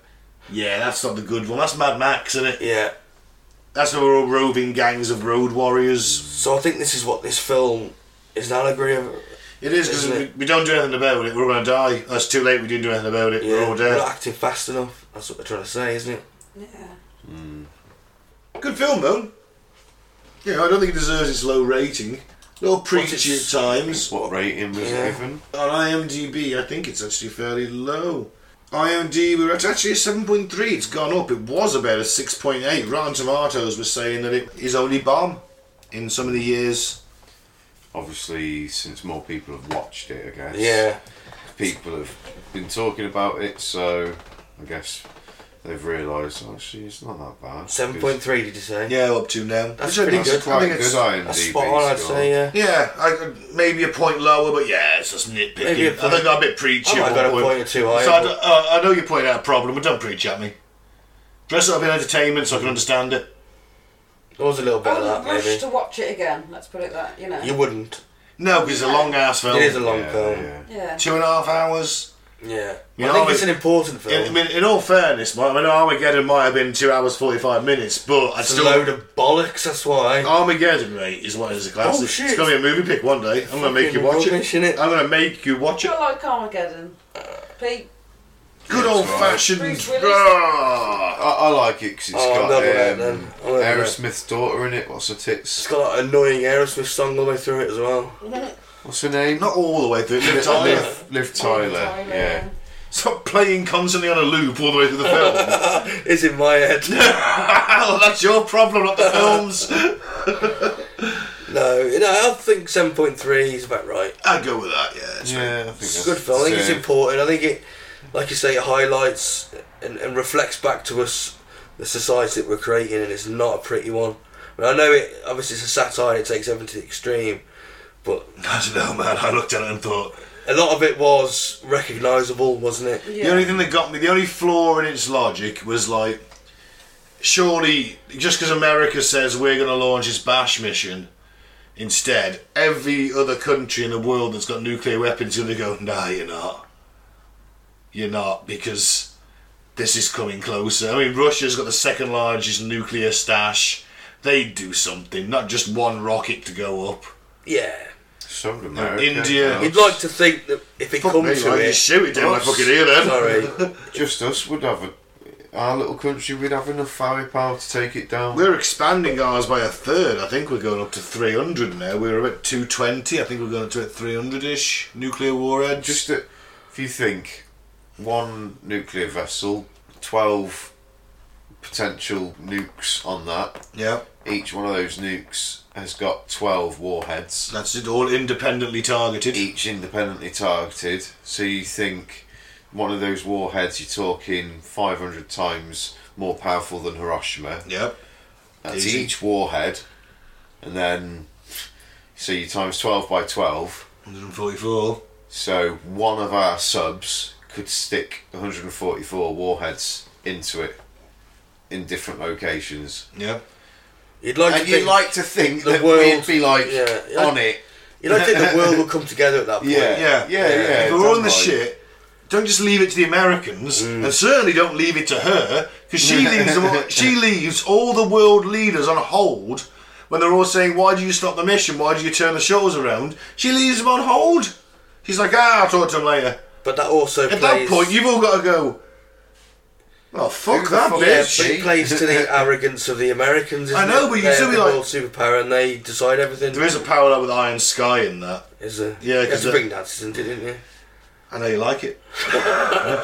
S1: Yeah, that's not the good one. That's Mad Max, isn't it?
S4: Yeah.
S1: That's where we're all roving gangs of road warriors.
S4: So I think this is what this film is an allegory of.
S1: It is because
S4: Isn't
S1: we,
S4: it?
S1: we don't do anything about it. We're going to die. That's too late. We didn't do anything about it.
S4: Yeah,
S1: We're all
S4: we're
S1: dead.
S4: not acting fast enough. That's what they're trying to say, isn't it?
S3: Yeah.
S1: Good film though. Yeah, I don't think it deserves its low rating. little preachy at
S4: its-
S1: times.
S2: What rating was
S4: Yeah.
S2: it given?
S1: On IMDb, I think it's actually fairly low. IMDb, we're at actually a 7.3. It's gone up. It was about a 6.8. Rotten Tomatoes was saying that it is only bomb in some of the years.
S2: Obviously, since more people have watched it, I guess.
S4: Yeah.
S2: People have been talking about it, so I guess they've realised oh, actually it's not that bad.
S4: Seven point three, did you say?
S1: Yeah, up to now.
S4: That's
S1: Which I
S4: pretty
S1: think
S4: good.
S1: is- I
S2: Quite
S1: think
S2: good
S1: it's-
S2: IMDb
S4: That's spot on, I'd
S2: score.
S4: say. Yeah.
S1: Yeah, I, maybe a point lower, but yeah, it's just nitpicking.
S4: Maybe a
S1: I
S4: point-
S1: think I'm a bit preachy.
S4: I might
S1: at
S4: have got a
S1: one
S4: point or two higher,
S1: So I, d-
S4: but-
S1: uh, I know you're pointing out a problem, but don't preach at me. Dress it up in entertainment so I can understand it.
S4: There was a little bit
S3: I
S4: of
S3: wouldn't
S4: that,
S3: rush
S4: maybe.
S3: Oh, to watch it again. Let's put it that you know.
S4: You wouldn't.
S1: No, because it's a long ass film.
S4: It is a long
S2: Yeah,
S4: film.
S2: yeah.
S3: yeah.
S1: Two and a half hours.
S4: Yeah.
S1: You
S4: I
S1: know,
S4: think
S1: it-
S4: it's an important film.
S1: In, I mean, in all fairness, Mike, I know Armageddon might have been two hours forty five minutes, but I'd
S4: it's
S1: still
S4: a load of bollocks, that's why.
S1: Oh. Armageddon, mate, is what is a classic.
S4: Oh, shit.
S1: It's gonna be a movie pick one day. I'm gonna make you
S4: Fucking
S1: watch
S4: rubbish,
S1: it.
S4: innit?
S1: I'm gonna make you watch
S3: Do
S1: it.
S3: you like Armageddon?
S4: Uh,
S3: <laughs> Pete,
S1: Good
S2: That's
S1: old fashioned.
S3: right. Bruce Willis.
S1: Ah.
S2: I, I like it because it's
S4: Oh,
S2: got
S4: I'm not about
S2: um,
S4: them. I'm not about
S2: Aerosmith's daughter in it. What's her
S4: It's
S2: tits?
S4: got an annoying Aerosmith song all the way through it as well. <laughs>
S2: What's her name?
S1: Not all the way through.
S2: Liv,
S1: Liv Tyler.
S2: Liv, Liv Tyler. Yeah.
S1: Stop playing constantly on a loop all the way through the film. <laughs>
S4: It's in my head.
S1: well, that's your problem, not the films.
S4: no, you know, I think 7.3 is about right.
S1: I'd go with that. Yeah. it's
S2: Yeah, I think
S4: It's
S2: that's
S4: a good film. I think it's
S2: yeah.
S4: important. I think it, like you say, it highlights and, and reflects back to us the society that we're creating, and it's not a pretty one. I, mean, I know it. Obviously, it's a satire. It takes everything to the extreme, but
S1: I don't know, man. I looked at it and thought
S4: a lot of it was recognisable, wasn't it?
S3: Yeah.
S1: the only thing that got me, the only flaw in its logic was like, surely just because America says we're going to launch this bash mission, instead every other country in the world that's got nuclear weapons is going to go, nah, you're not, you're not, because this is coming closer. I mean, Russia's got the second largest nuclear stash. They do something, not just one rocket to go up.
S4: Yeah.
S2: So did America.
S1: India.
S2: Uh,
S4: You'd like to think that if it
S1: Fuck
S4: comes
S1: me,
S4: to
S1: like, you
S4: it,
S1: shoot it down my fucking ear then. <laughs>
S4: sorry,
S2: just us would have a. Our little country would have enough firepower to take it down.
S1: We're expanding ours by a third. I think we're going up to 300 now. We were about 220. I think we're going up to about 300 ish nuclear warhead.
S2: just that if you think one nuclear vessel, twelve potential nukes on that.
S1: yeah,
S2: Each one of those nukes has got twelve warheads.
S1: that's it. All independently targeted.
S2: each independently targeted. So you think one of those warheads, you're talking 500 times more powerful than Hiroshima.
S1: Yep.
S2: That's
S1: Easy.
S2: each warhead, and then so you times 12 by 12.
S1: 144.
S2: So one of our subs could stick 144 warheads into it in different locations.
S1: Yep.
S4: you'd like to
S2: And you'd
S4: think
S2: like to think
S4: the
S2: that
S4: world-
S2: we'd be like
S4: yeah, you'd
S2: on
S4: like-
S2: it.
S4: you'd like
S1: <laughs>
S4: to think the world will come together at that point.
S2: Yeah,
S1: Yeah.
S2: yeah, yeah.
S1: if we're on
S2: done
S1: the
S2: right. Mm.
S1: shit, don't just leave it to the Americans, and certainly don't leave it to her, because
S2: <laughs>
S1: she leaves them, she leaves all the world leaders on hold when they're all saying, "Why do you stop the mission? Why do you turn the shows around?" She leaves them on hold. She's like, "Ah, I'll talk to them later."
S4: But that also
S1: At that
S4: plays.
S1: point, you've all got to go. Oh
S2: Who
S1: fuck
S2: the
S1: that
S2: fuck
S4: yeah,
S2: is
S1: bitch!
S4: but it plays to
S1: <laughs>
S4: the arrogance of the Americans. Isn't
S1: I know,
S4: it?
S1: but you
S4: They're
S1: should be
S4: the
S1: like-
S4: world superpower, and they decide everything.
S1: There is a parallel with Iron Sky in that.
S4: Is there?
S1: Yeah, 'cause uh,
S4: because
S1: the-
S4: Spring Dancers did, didn't you?
S1: I know you like it.
S4: <laughs>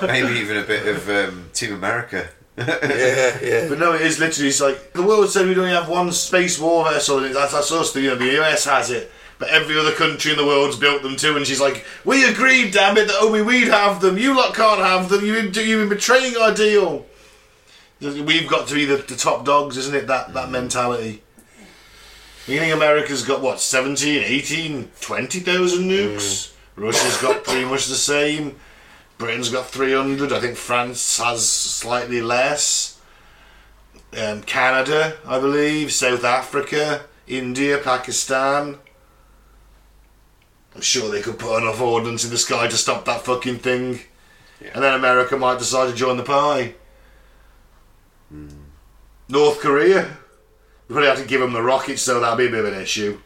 S2: Maybe even a bit of um, Team America. <laughs>
S4: yeah, yeah.
S1: But no, it is literally. It's like the world said we only have one space war vessel, and that's, that's us. You know, the US has it, but every other country in the world's built them too. And she's like, "We agreed, damn it, that only we'd have them. You lot can't have them. You you've been betraying our deal. We've got to be the, the top dogs, isn't it? That that mentality." Meaning America's got what 17, 18, 20,000 nukes. Russia's got pretty much the same. Britain's got 300. I think France has slightly less um, Canada, I believe, South Africa, India, Pakistan. I'm sure they could put enough ordnance in the sky to stop that fucking thing. And then America might decide to join the party. North Korea. We probably have to give them the rockets, so that'd be a bit of an issue.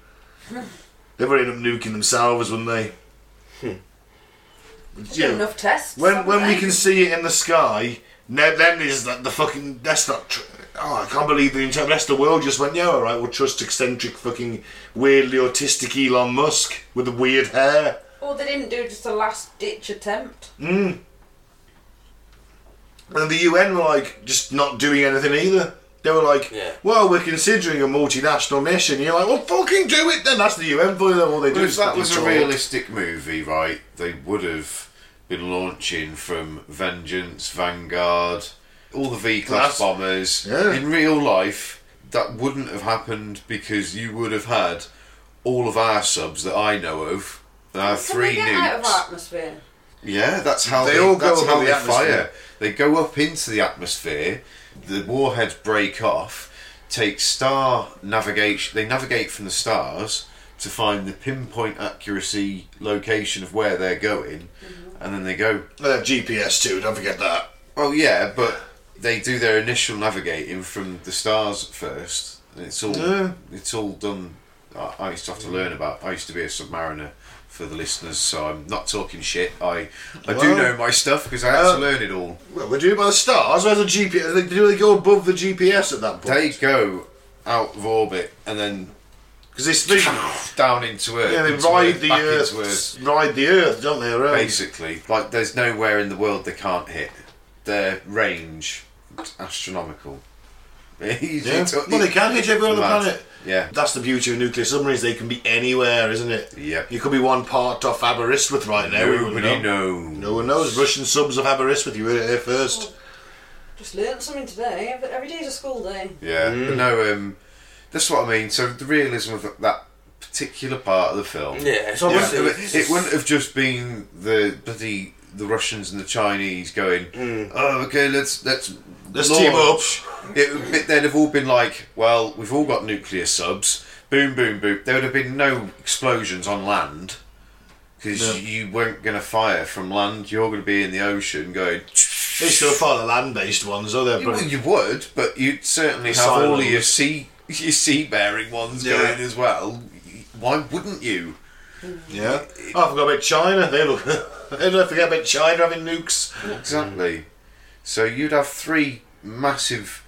S1: They'd probably end up nuking themselves, wouldn't they? But,
S3: Good
S1: yeah.
S3: enough tests.
S1: When
S3: haven't
S1: when we
S3: they?
S1: can see it in the sky, no, then is that the fucking that's not. Tr- oh, I can't believe the entire rest of the world just went. Yeah, all right, we'll trust eccentric fucking weirdly autistic Elon Musk with the weird hair.
S3: Or they didn't do just a last ditch attempt.
S1: And the UN were like just not doing anything either. They were like,
S4: Yeah.
S1: well, we're considering a multinational mission. And you're like, well, fucking do it then. That's the UN for you. All they do
S2: But if
S1: is
S2: that
S1: fucking
S2: was a
S1: talk.
S2: realistic movie, right, they would have been launching from Vengeance, Vanguard, all the V
S1: That's-
S2: class bombers.
S1: Yeah.
S2: In real life, that wouldn't have happened because you would have had all of our subs that I know of.
S3: Can
S2: Our three
S3: they get
S2: nukes.
S3: out of our atmosphere?
S2: Yeah, that's how
S1: They
S2: they,
S1: all go
S2: that's
S1: above
S2: how
S1: the
S2: they
S1: atmosphere.
S2: fire. They go up into the atmosphere. The warheads break off, take star navigation. They navigate from the stars to find the pinpoint accuracy location of where they're going, and then they go.
S1: They have GPS too. Don't forget that.
S2: Oh yeah, but they do their initial navigating from the stars first, and it's all
S1: Yeah.
S2: it's all done. I, I used to have to learn about. I used to be a submariner for the listeners, so I'm not talking shit. I I do
S1: Well-
S2: know my stuff because I had
S1: Uh,
S2: to learn it all.
S1: Well, we're doing by the stars. Where's the GPS? They- Do they go above the GPS at that point?
S2: They go out of orbit
S1: <coughs>
S2: and then
S1: Because this thing.
S2: down into Earth.
S1: Yeah, they
S2: into
S1: ride
S2: Earth,
S1: the
S2: back
S1: earth,
S2: into Earth.
S1: ride the earth, don't they? Around?
S2: Basically, like there's nowhere in the world they can't hit. Their range is astronomical. <laughs>
S1: Yeah. Well, they can hit everywhere on the
S2: Mad.
S1: planet.
S2: Yeah.
S1: That's the beauty of nuclear submarines. They can be anywhere, isn't it?
S2: Yep.
S1: You could be one part off Aberystwyth right now. we wouldn't
S2: Nobody
S1: know.
S2: knows. Oh,
S1: No one knows. Russian subs of Aberystwyth. You heard it here first.
S3: Just learnt something today. Every, every day's a school day.
S2: Yeah,
S1: Mm.
S2: but no, um, that's what I mean. So the realism of that particular part of the film.
S4: Yeah, it's
S2: It
S4: obviously.
S2: wouldn't, have, it wouldn't have just been the bloody the Russians and the Chinese going, oh, okay, let's let's
S1: Mm. Let's team
S2: launch." It, would be- they'd have all been like, well, we've all got nuclear subs. Boom, boom, boom. There would have been no explosions on land because
S1: No.
S2: you weren't going to fire from land. You're going to be in the ocean going.
S1: They still follow the land-based ones, though. They're
S2: You- Well,
S1: brilliant.
S2: you would, but you'd certainly
S1: The
S2: have all of
S1: silence.
S2: your sea your sea bearing ones
S1: Yeah.
S2: going as well. Why wouldn't you?
S1: Yeah. Oh, I forgot about China. They look. <laughs> How did I forget about China having nukes?
S2: Exactly. So you'd have three massive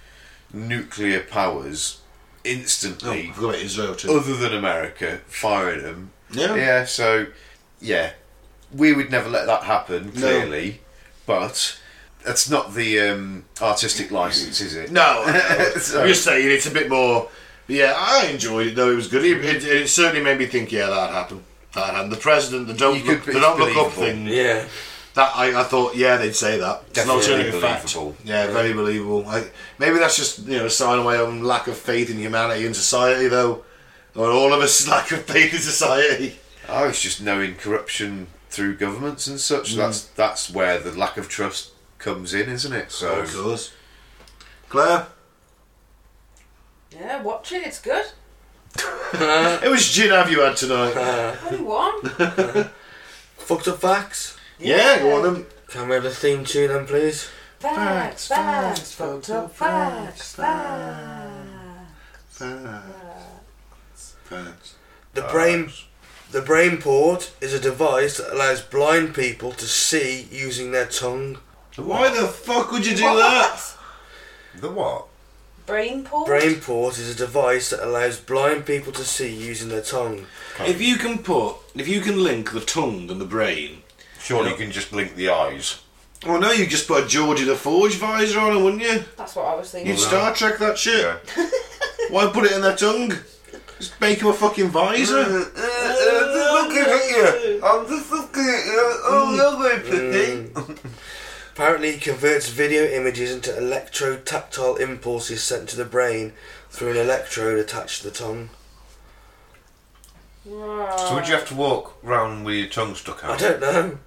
S2: nuclear powers
S1: Oh, I
S2: instantly,
S1: forgot about Israel too.
S2: other than America, firing them.
S1: Yeah.
S2: Yeah. So, yeah, we would never let that happen. Clearly, but that's not the um, artistic license, is it? <laughs>
S1: No,
S2: So-
S1: I'm just saying it's a bit more. Yeah, I enjoyed it though. It was good. It, it, it certainly made me think. Yeah, that happened. That happened. The president, they don't
S2: You
S1: look,
S2: could-
S1: they
S2: it's
S1: don't look up
S2: believable.
S1: thing.
S4: yeah.
S1: That I, I thought. Yeah, they'd say that. It's an
S2: Definitely
S1: alternative
S2: believable.
S1: fact. Yeah, very believable. I, maybe that's just you know a sign of my own lack of faith in humanity and society though, or all of us <laughs> lack of faith in society.
S2: Oh, it's just knowing corruption through governments and such. That's that's where the lack of trust comes in, isn't it? So
S1: Of course, Claire.
S3: Yeah, watch it. It's good.
S1: It was gin have you had tonight?
S3: Only one.
S4: Fucked up facts.
S1: yeah, go on then.
S4: Can we have the theme tune then, please?
S3: Facts, facts, fucked up facts,
S4: The
S1: Uh,
S4: brain. The brain port is a device that allows blind people to see using their tongue.
S1: Why the fuck would you do that?
S2: <laughs> the what?
S3: Brain port?
S4: Brain port is a device that allows blind people to see using their tongue.
S1: If you can put, if you can link the tongue and the brain,
S2: Surely you can just blink the eyes.
S1: Well, Oh, no, you just put a Geordie the Forge visor on her, wouldn't you?
S3: That's what I was thinking.
S1: You'd Star Trek that shit. Why put it in their tongue? Just make him a fucking
S2: Uh,
S1: visor.
S2: looking at you. I'm just looking at you. Oh, you're very pretty.
S4: Apparently, he converts video images into electro-tactile impulses sent to the brain through an electrode attached to the tongue.
S3: Right.
S2: So would you have to walk round with your tongue stuck out?
S4: I don't know.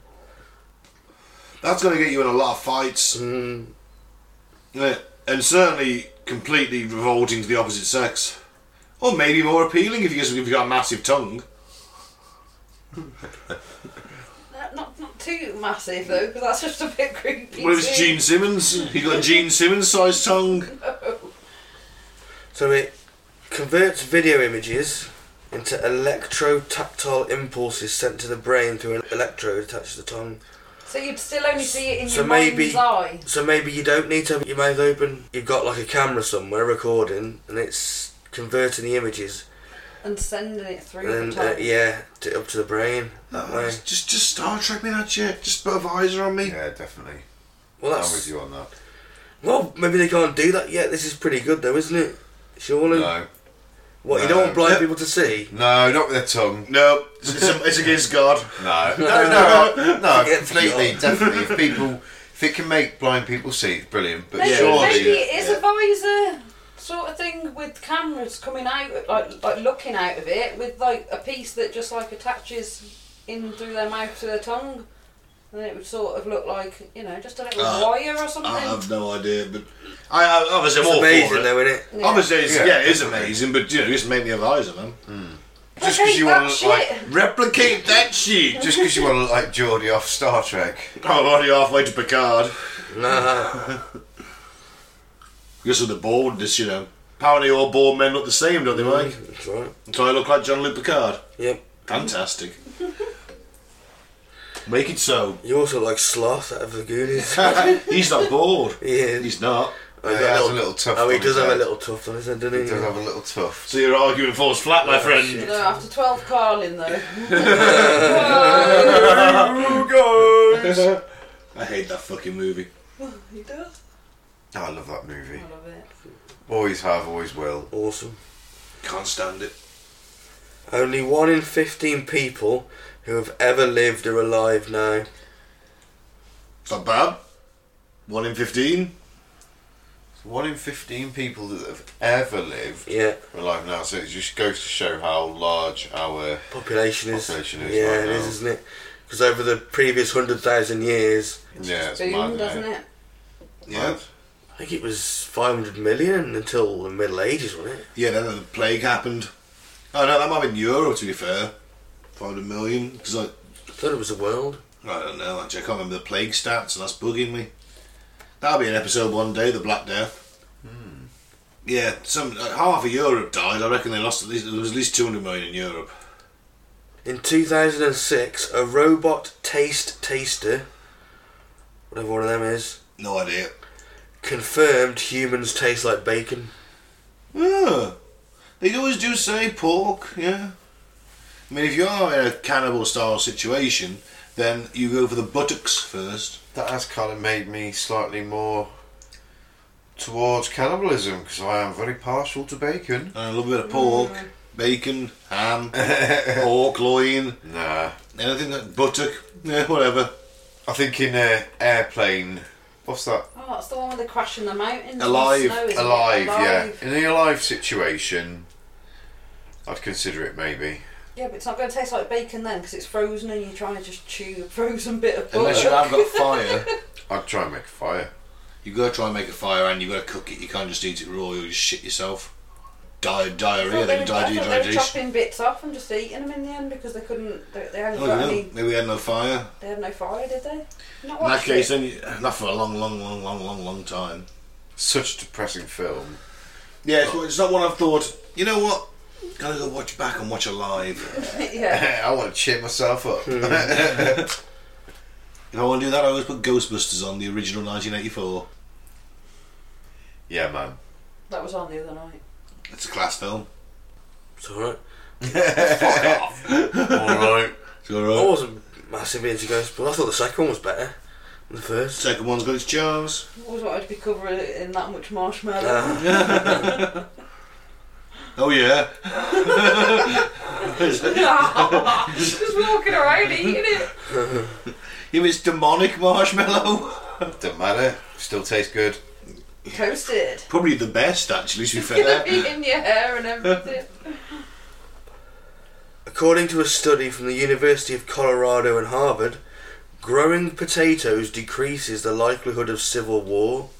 S1: That's going to get you in a lot of fights.
S4: Mm,
S1: Yeah, And certainly completely revolting to the opposite sex. Or maybe more appealing if, you, if you've got a massive tongue.
S3: Not, not, not too massive though, because that's just a bit creepy.
S1: What if it's
S3: too.
S1: Gene Simmons? He got a Gene Simmons sized tongue.
S4: So it converts video images into electro-tactile impulses sent to the brain through an electrode attached to the tongue.
S3: So you'd still only see it in
S4: So
S3: your
S4: maybe-
S3: mind's eye.
S4: So maybe you don't need to have your mouth open. You've got like a camera somewhere recording, and it's converting the images,
S3: and sending it through
S4: and
S3: the
S4: then uh,
S3: top.
S4: yeah, to, up to the brain that
S1: Oh,
S4: way.
S1: just- just, just Star Trek me that shit. Just put a visor on me.
S2: Yeah, definitely.
S4: Well,
S2: I'm with
S4: that's
S2: you on that.
S4: well, maybe they can't do that yet. This is pretty good though, isn't it? Surely.
S2: No,
S4: What you don't want blind
S1: No.
S4: people to see?
S2: no, not with their tongue.
S1: No, it's, it's- it's against God.
S3: <laughs>
S2: No, no, no, no,
S4: Forget
S2: completely,
S4: the-
S2: definitely. If people, if it can make blind people see, it's brilliant. But
S3: Maybe,
S2: surely,
S3: maybe it is
S2: yeah.
S3: a visor sort of thing with cameras coming out, like like looking out of it, with like a piece that just like attaches in through their mouth to their tongue, and then it would sort of look like you know just a little
S1: Uh,
S3: wire or something.
S1: I have no idea, but I, I obviously I'm
S4: It's
S1: all for
S4: amazing
S1: it.
S4: though,
S2: <laughs>
S4: isn't it?
S3: Yeah.
S1: Obviously, it's, yeah,
S2: Yeah,
S1: it is
S2: definitely.
S1: amazing, but you know, just make me a visor, man.
S2: just
S3: Okay,
S2: because you
S3: that
S2: want to
S3: shit.
S2: look like,
S1: Replicate that shit.
S2: just because you want to look like Geordie off Star Trek.
S1: I'm already halfway to Picard.
S4: Nah.
S1: Because of the baldness, you know. Apparently, all bald men look the same, don't they, Mike?
S4: That's right.
S1: So I look like John Luke Picard.
S4: Yep.
S1: Fantastic. <laughs> Make it so. <laughs>
S4: You also like Sloth out of
S2: <laughs>
S4: the Goonies.
S1: He's not bald.
S4: he is.
S1: He's not.
S4: Oh,
S2: he
S4: got
S2: has a little tuft
S4: Oh, he
S2: on
S4: does
S2: his
S4: have a
S2: head.
S4: little tuft on his head, doesn't he?
S2: He does have a little tuft.
S1: So your argument falls flat, my
S4: Oh,
S1: friend.
S4: shit.
S3: No, after twelve Carlin
S2: <laughs>
S3: though.
S1: I hate that fucking movie.
S3: he does.
S2: Oh, I love that movie.
S3: I love it.
S2: Always have, always will.
S4: Awesome.
S1: Can't stand it.
S4: Only one in 15 people who have ever lived are alive now.
S1: It's not bad. One in fifteen.
S2: One in fifteen people that have ever lived
S4: Yeah.
S2: are alive now. So it just goes to show how large our
S4: Population is.
S2: Population is
S4: Yeah,
S2: right
S4: it is,
S2: now.
S4: isn't it? Because over the previous 100,000 years,
S2: yeah, it's
S3: Boom,
S2: mad, isn't
S3: doesn't it?
S1: Yeah.
S4: I think it was 500 million until the Middle Ages, wasn't it?
S1: Yeah, then the plague happened. Oh no, that might have been euro to be fair. 500 million. Because I,
S4: I thought it was the world.
S1: I don't know, actually, I can't remember the plague stats, so that's bugging me. That'll be an episode one day, the Black Death. Hmm. Yeah, some uh, half of Europe died. I reckon they lost at least, there was at least 200 million in Europe.
S4: In 2006, a robot taste taster, whatever one of them is,
S1: No idea.
S4: confirmed humans taste like bacon.
S1: Ah, they always do say pork, yeah. I mean, if you are in a cannibal style situation, then you go for the buttocks first.
S2: That has kind of made me slightly more towards cannibalism because I am very partial to bacon.
S1: And a little bit of pork, bacon, ham, <laughs> pork loin,
S2: <laughs> Nah,
S1: anything that buttock, yeah, whatever.
S2: I think in a airplane. What's that?
S3: Oh, that's the one where they crash in the mountains. and the
S1: Alive.
S3: snow, isn't it?
S2: alive,
S3: Alive.
S2: yeah. In the alive situation, I'd consider it maybe.
S3: Yeah, but it's not going to taste like bacon then because it's frozen and you're trying to just chew a frozen bit of
S1: Unless you
S3: butter.
S1: have got fire,
S2: I'd try and make a fire.
S1: you've got to try and make a fire and you've got to cook it. You can't just eat it raw, you'll just shit yourself. Di-
S3: I
S1: diarrhea,
S3: thought
S1: then
S3: were- I
S1: di-
S3: thought they were
S1: dehydration.
S3: chopping bits off and just eating them in the end because they couldn't. They, they hadn't
S1: Oh,
S3: got
S1: yeah.
S3: any.
S1: Maybe we had no fire.
S3: They had no fire, did they? Not
S1: In that
S3: watched
S1: case,
S3: it.
S1: then you, not for a long, long, long, long, long, long time.
S2: Such a depressing film. <laughs>
S1: Yeah, it's, it's not one I've thought. You know what? Gotta go watch back and watch alive.
S3: <laughs> yeah.
S2: I want to cheer myself up.
S1: if I want to do that, I always put Ghostbusters on the original 1984.
S2: <laughs> yeah, man.
S3: That was on the other night.
S1: It's a class film.
S4: It's alright.
S2: All right.
S1: It's all right. Oh.
S2: Oh.
S4: I wasn't massively into Ghostbusters. I thought the second one was better. The first.
S1: Second one's got its charms.
S3: Always wanted to be covered in that much marshmallow.
S4: Ah,
S1: Oh yeah. Ah.
S3: <laughs> Just walking around eating it.
S1: It was demonic marshmallow.
S2: Doesn't matter. Still tastes good.
S3: Toasted.
S1: <laughs> <laughs> Probably the best actually. To be
S3: It's
S1: fair.
S3: gonna be in your hair
S1: <laughs>
S3: and everything.
S4: According to a study from the University of Colorado and Harvard, growing potatoes decreases the likelihood of civil war.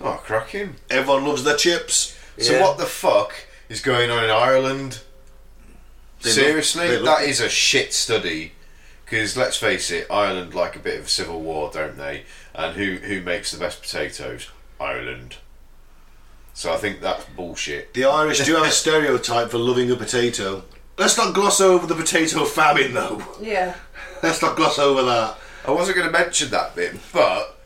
S2: Oh, cracking.
S1: Everyone loves their chips.
S2: So
S4: Yeah.
S2: what the fuck is going on in Ireland?
S1: They look-
S2: Seriously,
S1: they look-
S2: that is a shit study. Because let's face it, Ireland like a bit of a civil war, don't they? And who who makes the best potatoes? Ireland. So I think that's bullshit.
S1: The Irish do have a stereotype for loving a potato. Let's not gloss over the potato famine though. <laughs>
S3: yeah.
S1: Let's not gloss over that.
S2: I wasn't going to mention that bit, but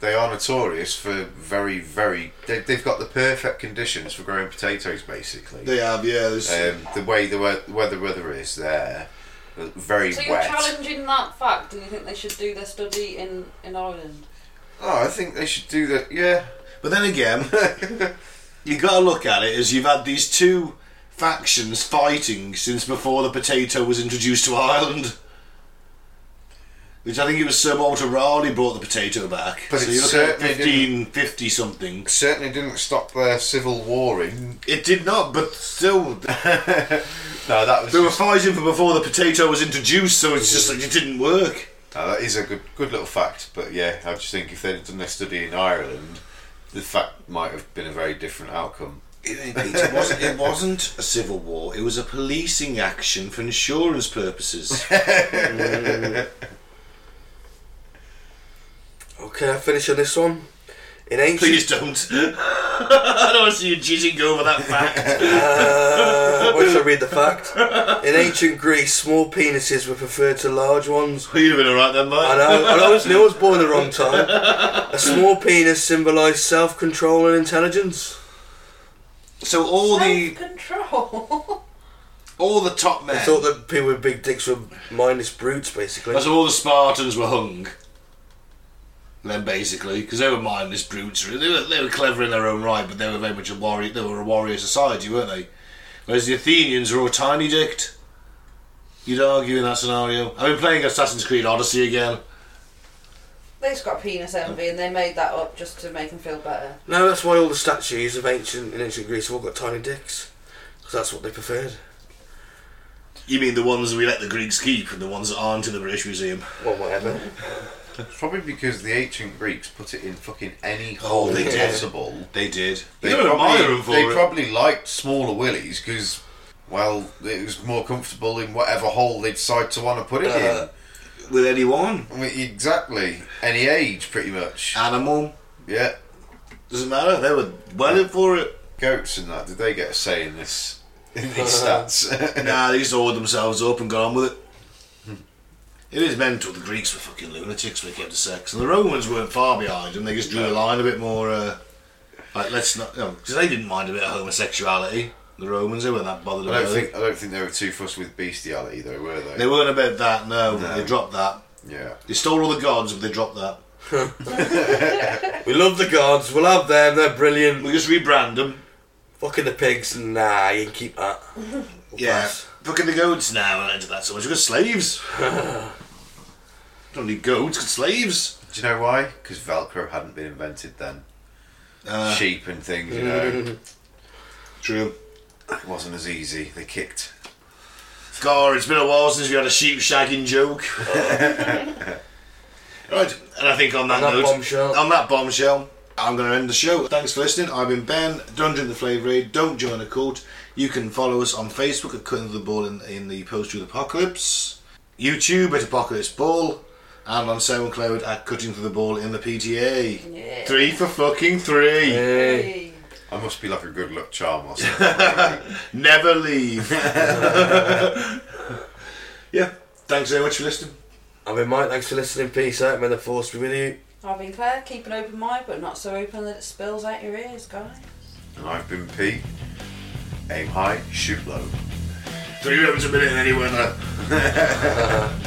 S2: they are notorious for very, very. They, they've got the perfect conditions for growing potatoes, basically.
S1: They have, yeah. there's-
S2: um, the way the we- weather weather is there, very
S3: So you're
S2: wet.
S3: challenging that fact, and you think they should do their study in in Ireland?
S2: Oh, I think they should do that. Yeah,
S1: But then again, <laughs> you got to look at it as you've had these two factions fighting since before the potato was introduced to Ireland. Which I think it was Sir Walter Raleigh brought the potato back.
S2: But
S1: so
S2: it
S1: you're looking at
S2: certainly
S1: 1550 something.
S2: certainly didn't stop their civil warring.
S1: It did not, but still,
S2: No, that was
S1: they were
S2: just,
S1: fighting for before the potato was introduced, so it's just like it didn't work.
S2: no, that is a good good little fact. But yeah, I just think if they'd done their study in Ireland, the fact might have been a very different outcome.
S1: It, it wasn't, it wasn't a civil war, it was a policing action for insurance purposes.
S4: Okay, Oh, I finish on this one. In
S1: <laughs>
S2: <laughs>
S4: ancient
S1: Please don't. <laughs> I don't want to see you jizzing over that fact.
S4: Uh, I wish I read the fact. In ancient Greece, small penises were preferred to large ones.
S1: You'd have been alright then,
S4: I
S1: mate.
S4: know, I always knew I was born the wrong time. A small penis symbolised self control and intelligence.
S1: So all the
S3: control. <laughs>
S1: all the top men,
S4: I thought that people with big dicks were mindless brutes, basically.
S1: that's all the Spartans were hung. Then basically, because they were mindless brutes, really. they were, they were clever in their own right, but they were very much a warrior. They were a warrior society, weren't they? Whereas the Athenians were all tiny dicked. You'd argue in that scenario. I've been playing Assassin's Creed Odyssey again.
S3: they just got penis envy, and they made that up just to make them feel better.
S4: No, that's why all the statues of ancient in ancient Greece have all got tiny dicks. Because that's what they preferred.
S1: You mean the ones we let the Greeks keep, and the ones that aren't in the British Museum?
S4: Well, whatever.
S2: It's probably because the ancient Greeks put it in fucking any hole
S1: they did.
S2: possible.
S1: They did.
S2: They
S1: Oh, You don't admire
S2: probably,
S1: them for
S2: they
S1: it.
S2: probably liked smaller willies because, well, it was more comfortable in whatever hole they decide to want to put it
S4: Uh,
S1: Uh-huh. with anyone.
S2: in. I mean, exactly. Any age, pretty much.
S1: Ah. Animal.
S2: yeah.
S1: Doesn't matter. They were well in for it.
S2: Goats and that, did they get a say in this? In these stats?
S1: Nah, they just oiled themselves up and got on with it. It is mental. The Greeks were fucking lunatics when it came to sex, and the Romans weren't far behind, and they just drew the line a bit more. Uh, like, let's not, because they didn't mind a bit of homosexuality. The Romans, they weren't that bothered
S2: <laughs> I
S1: about
S2: don't
S1: it.
S2: think I don't think they were too fussed with bestiality though, were they?
S1: They weren't about that. No,
S2: No.
S1: they dropped that.
S2: yeah.
S1: They stole all the gods, but they dropped that.
S4: we love the gods, we'll have them, they're brilliant.
S1: We just rebrand them.
S4: Fucking the pigs, nah, you can keep that.
S1: Yeah.
S4: Yes.
S1: Fucking the goats now, and into that so much. We've got
S2: <laughs>
S1: slaves. don't need goats, got slaves.
S2: Do you know why? Because Velcro hadn't been invented then.
S1: Ah.
S2: Sheep and things, you know,
S1: True.
S2: it wasn't as easy. They kicked.
S1: God, it's been a while since we had a sheep shagging <laughs> joke. right, and I think on that,
S4: On that
S1: note,
S4: bombshell.
S1: on that bombshell, I'm going to end the show. Thanks for listening. I've been Ben. Don't drink the flavour aid. Don't join a cult. You can follow us on Facebook at Cutting the Ball in, in the Post Truth Apocalypse, YouTube at Apocalypse Ball, and on SoundCloud at Cutting Through the Ball in the PTA.
S3: Yeah.
S1: Three for fucking three.
S4: Hey.
S3: Hey.
S2: I must be like a good luck charm or something.
S1: Never leave. <laughs> yeah. Thanks very much for listening.
S4: I've been Mike, thanks for listening, peace out, may the force be with you.
S3: I've been Claire. Keep an open mind, but not so open that it spills out your ears, guys.
S2: and I've been Pete. Aim high, shoot low.
S1: Three rounds a minute in any weather.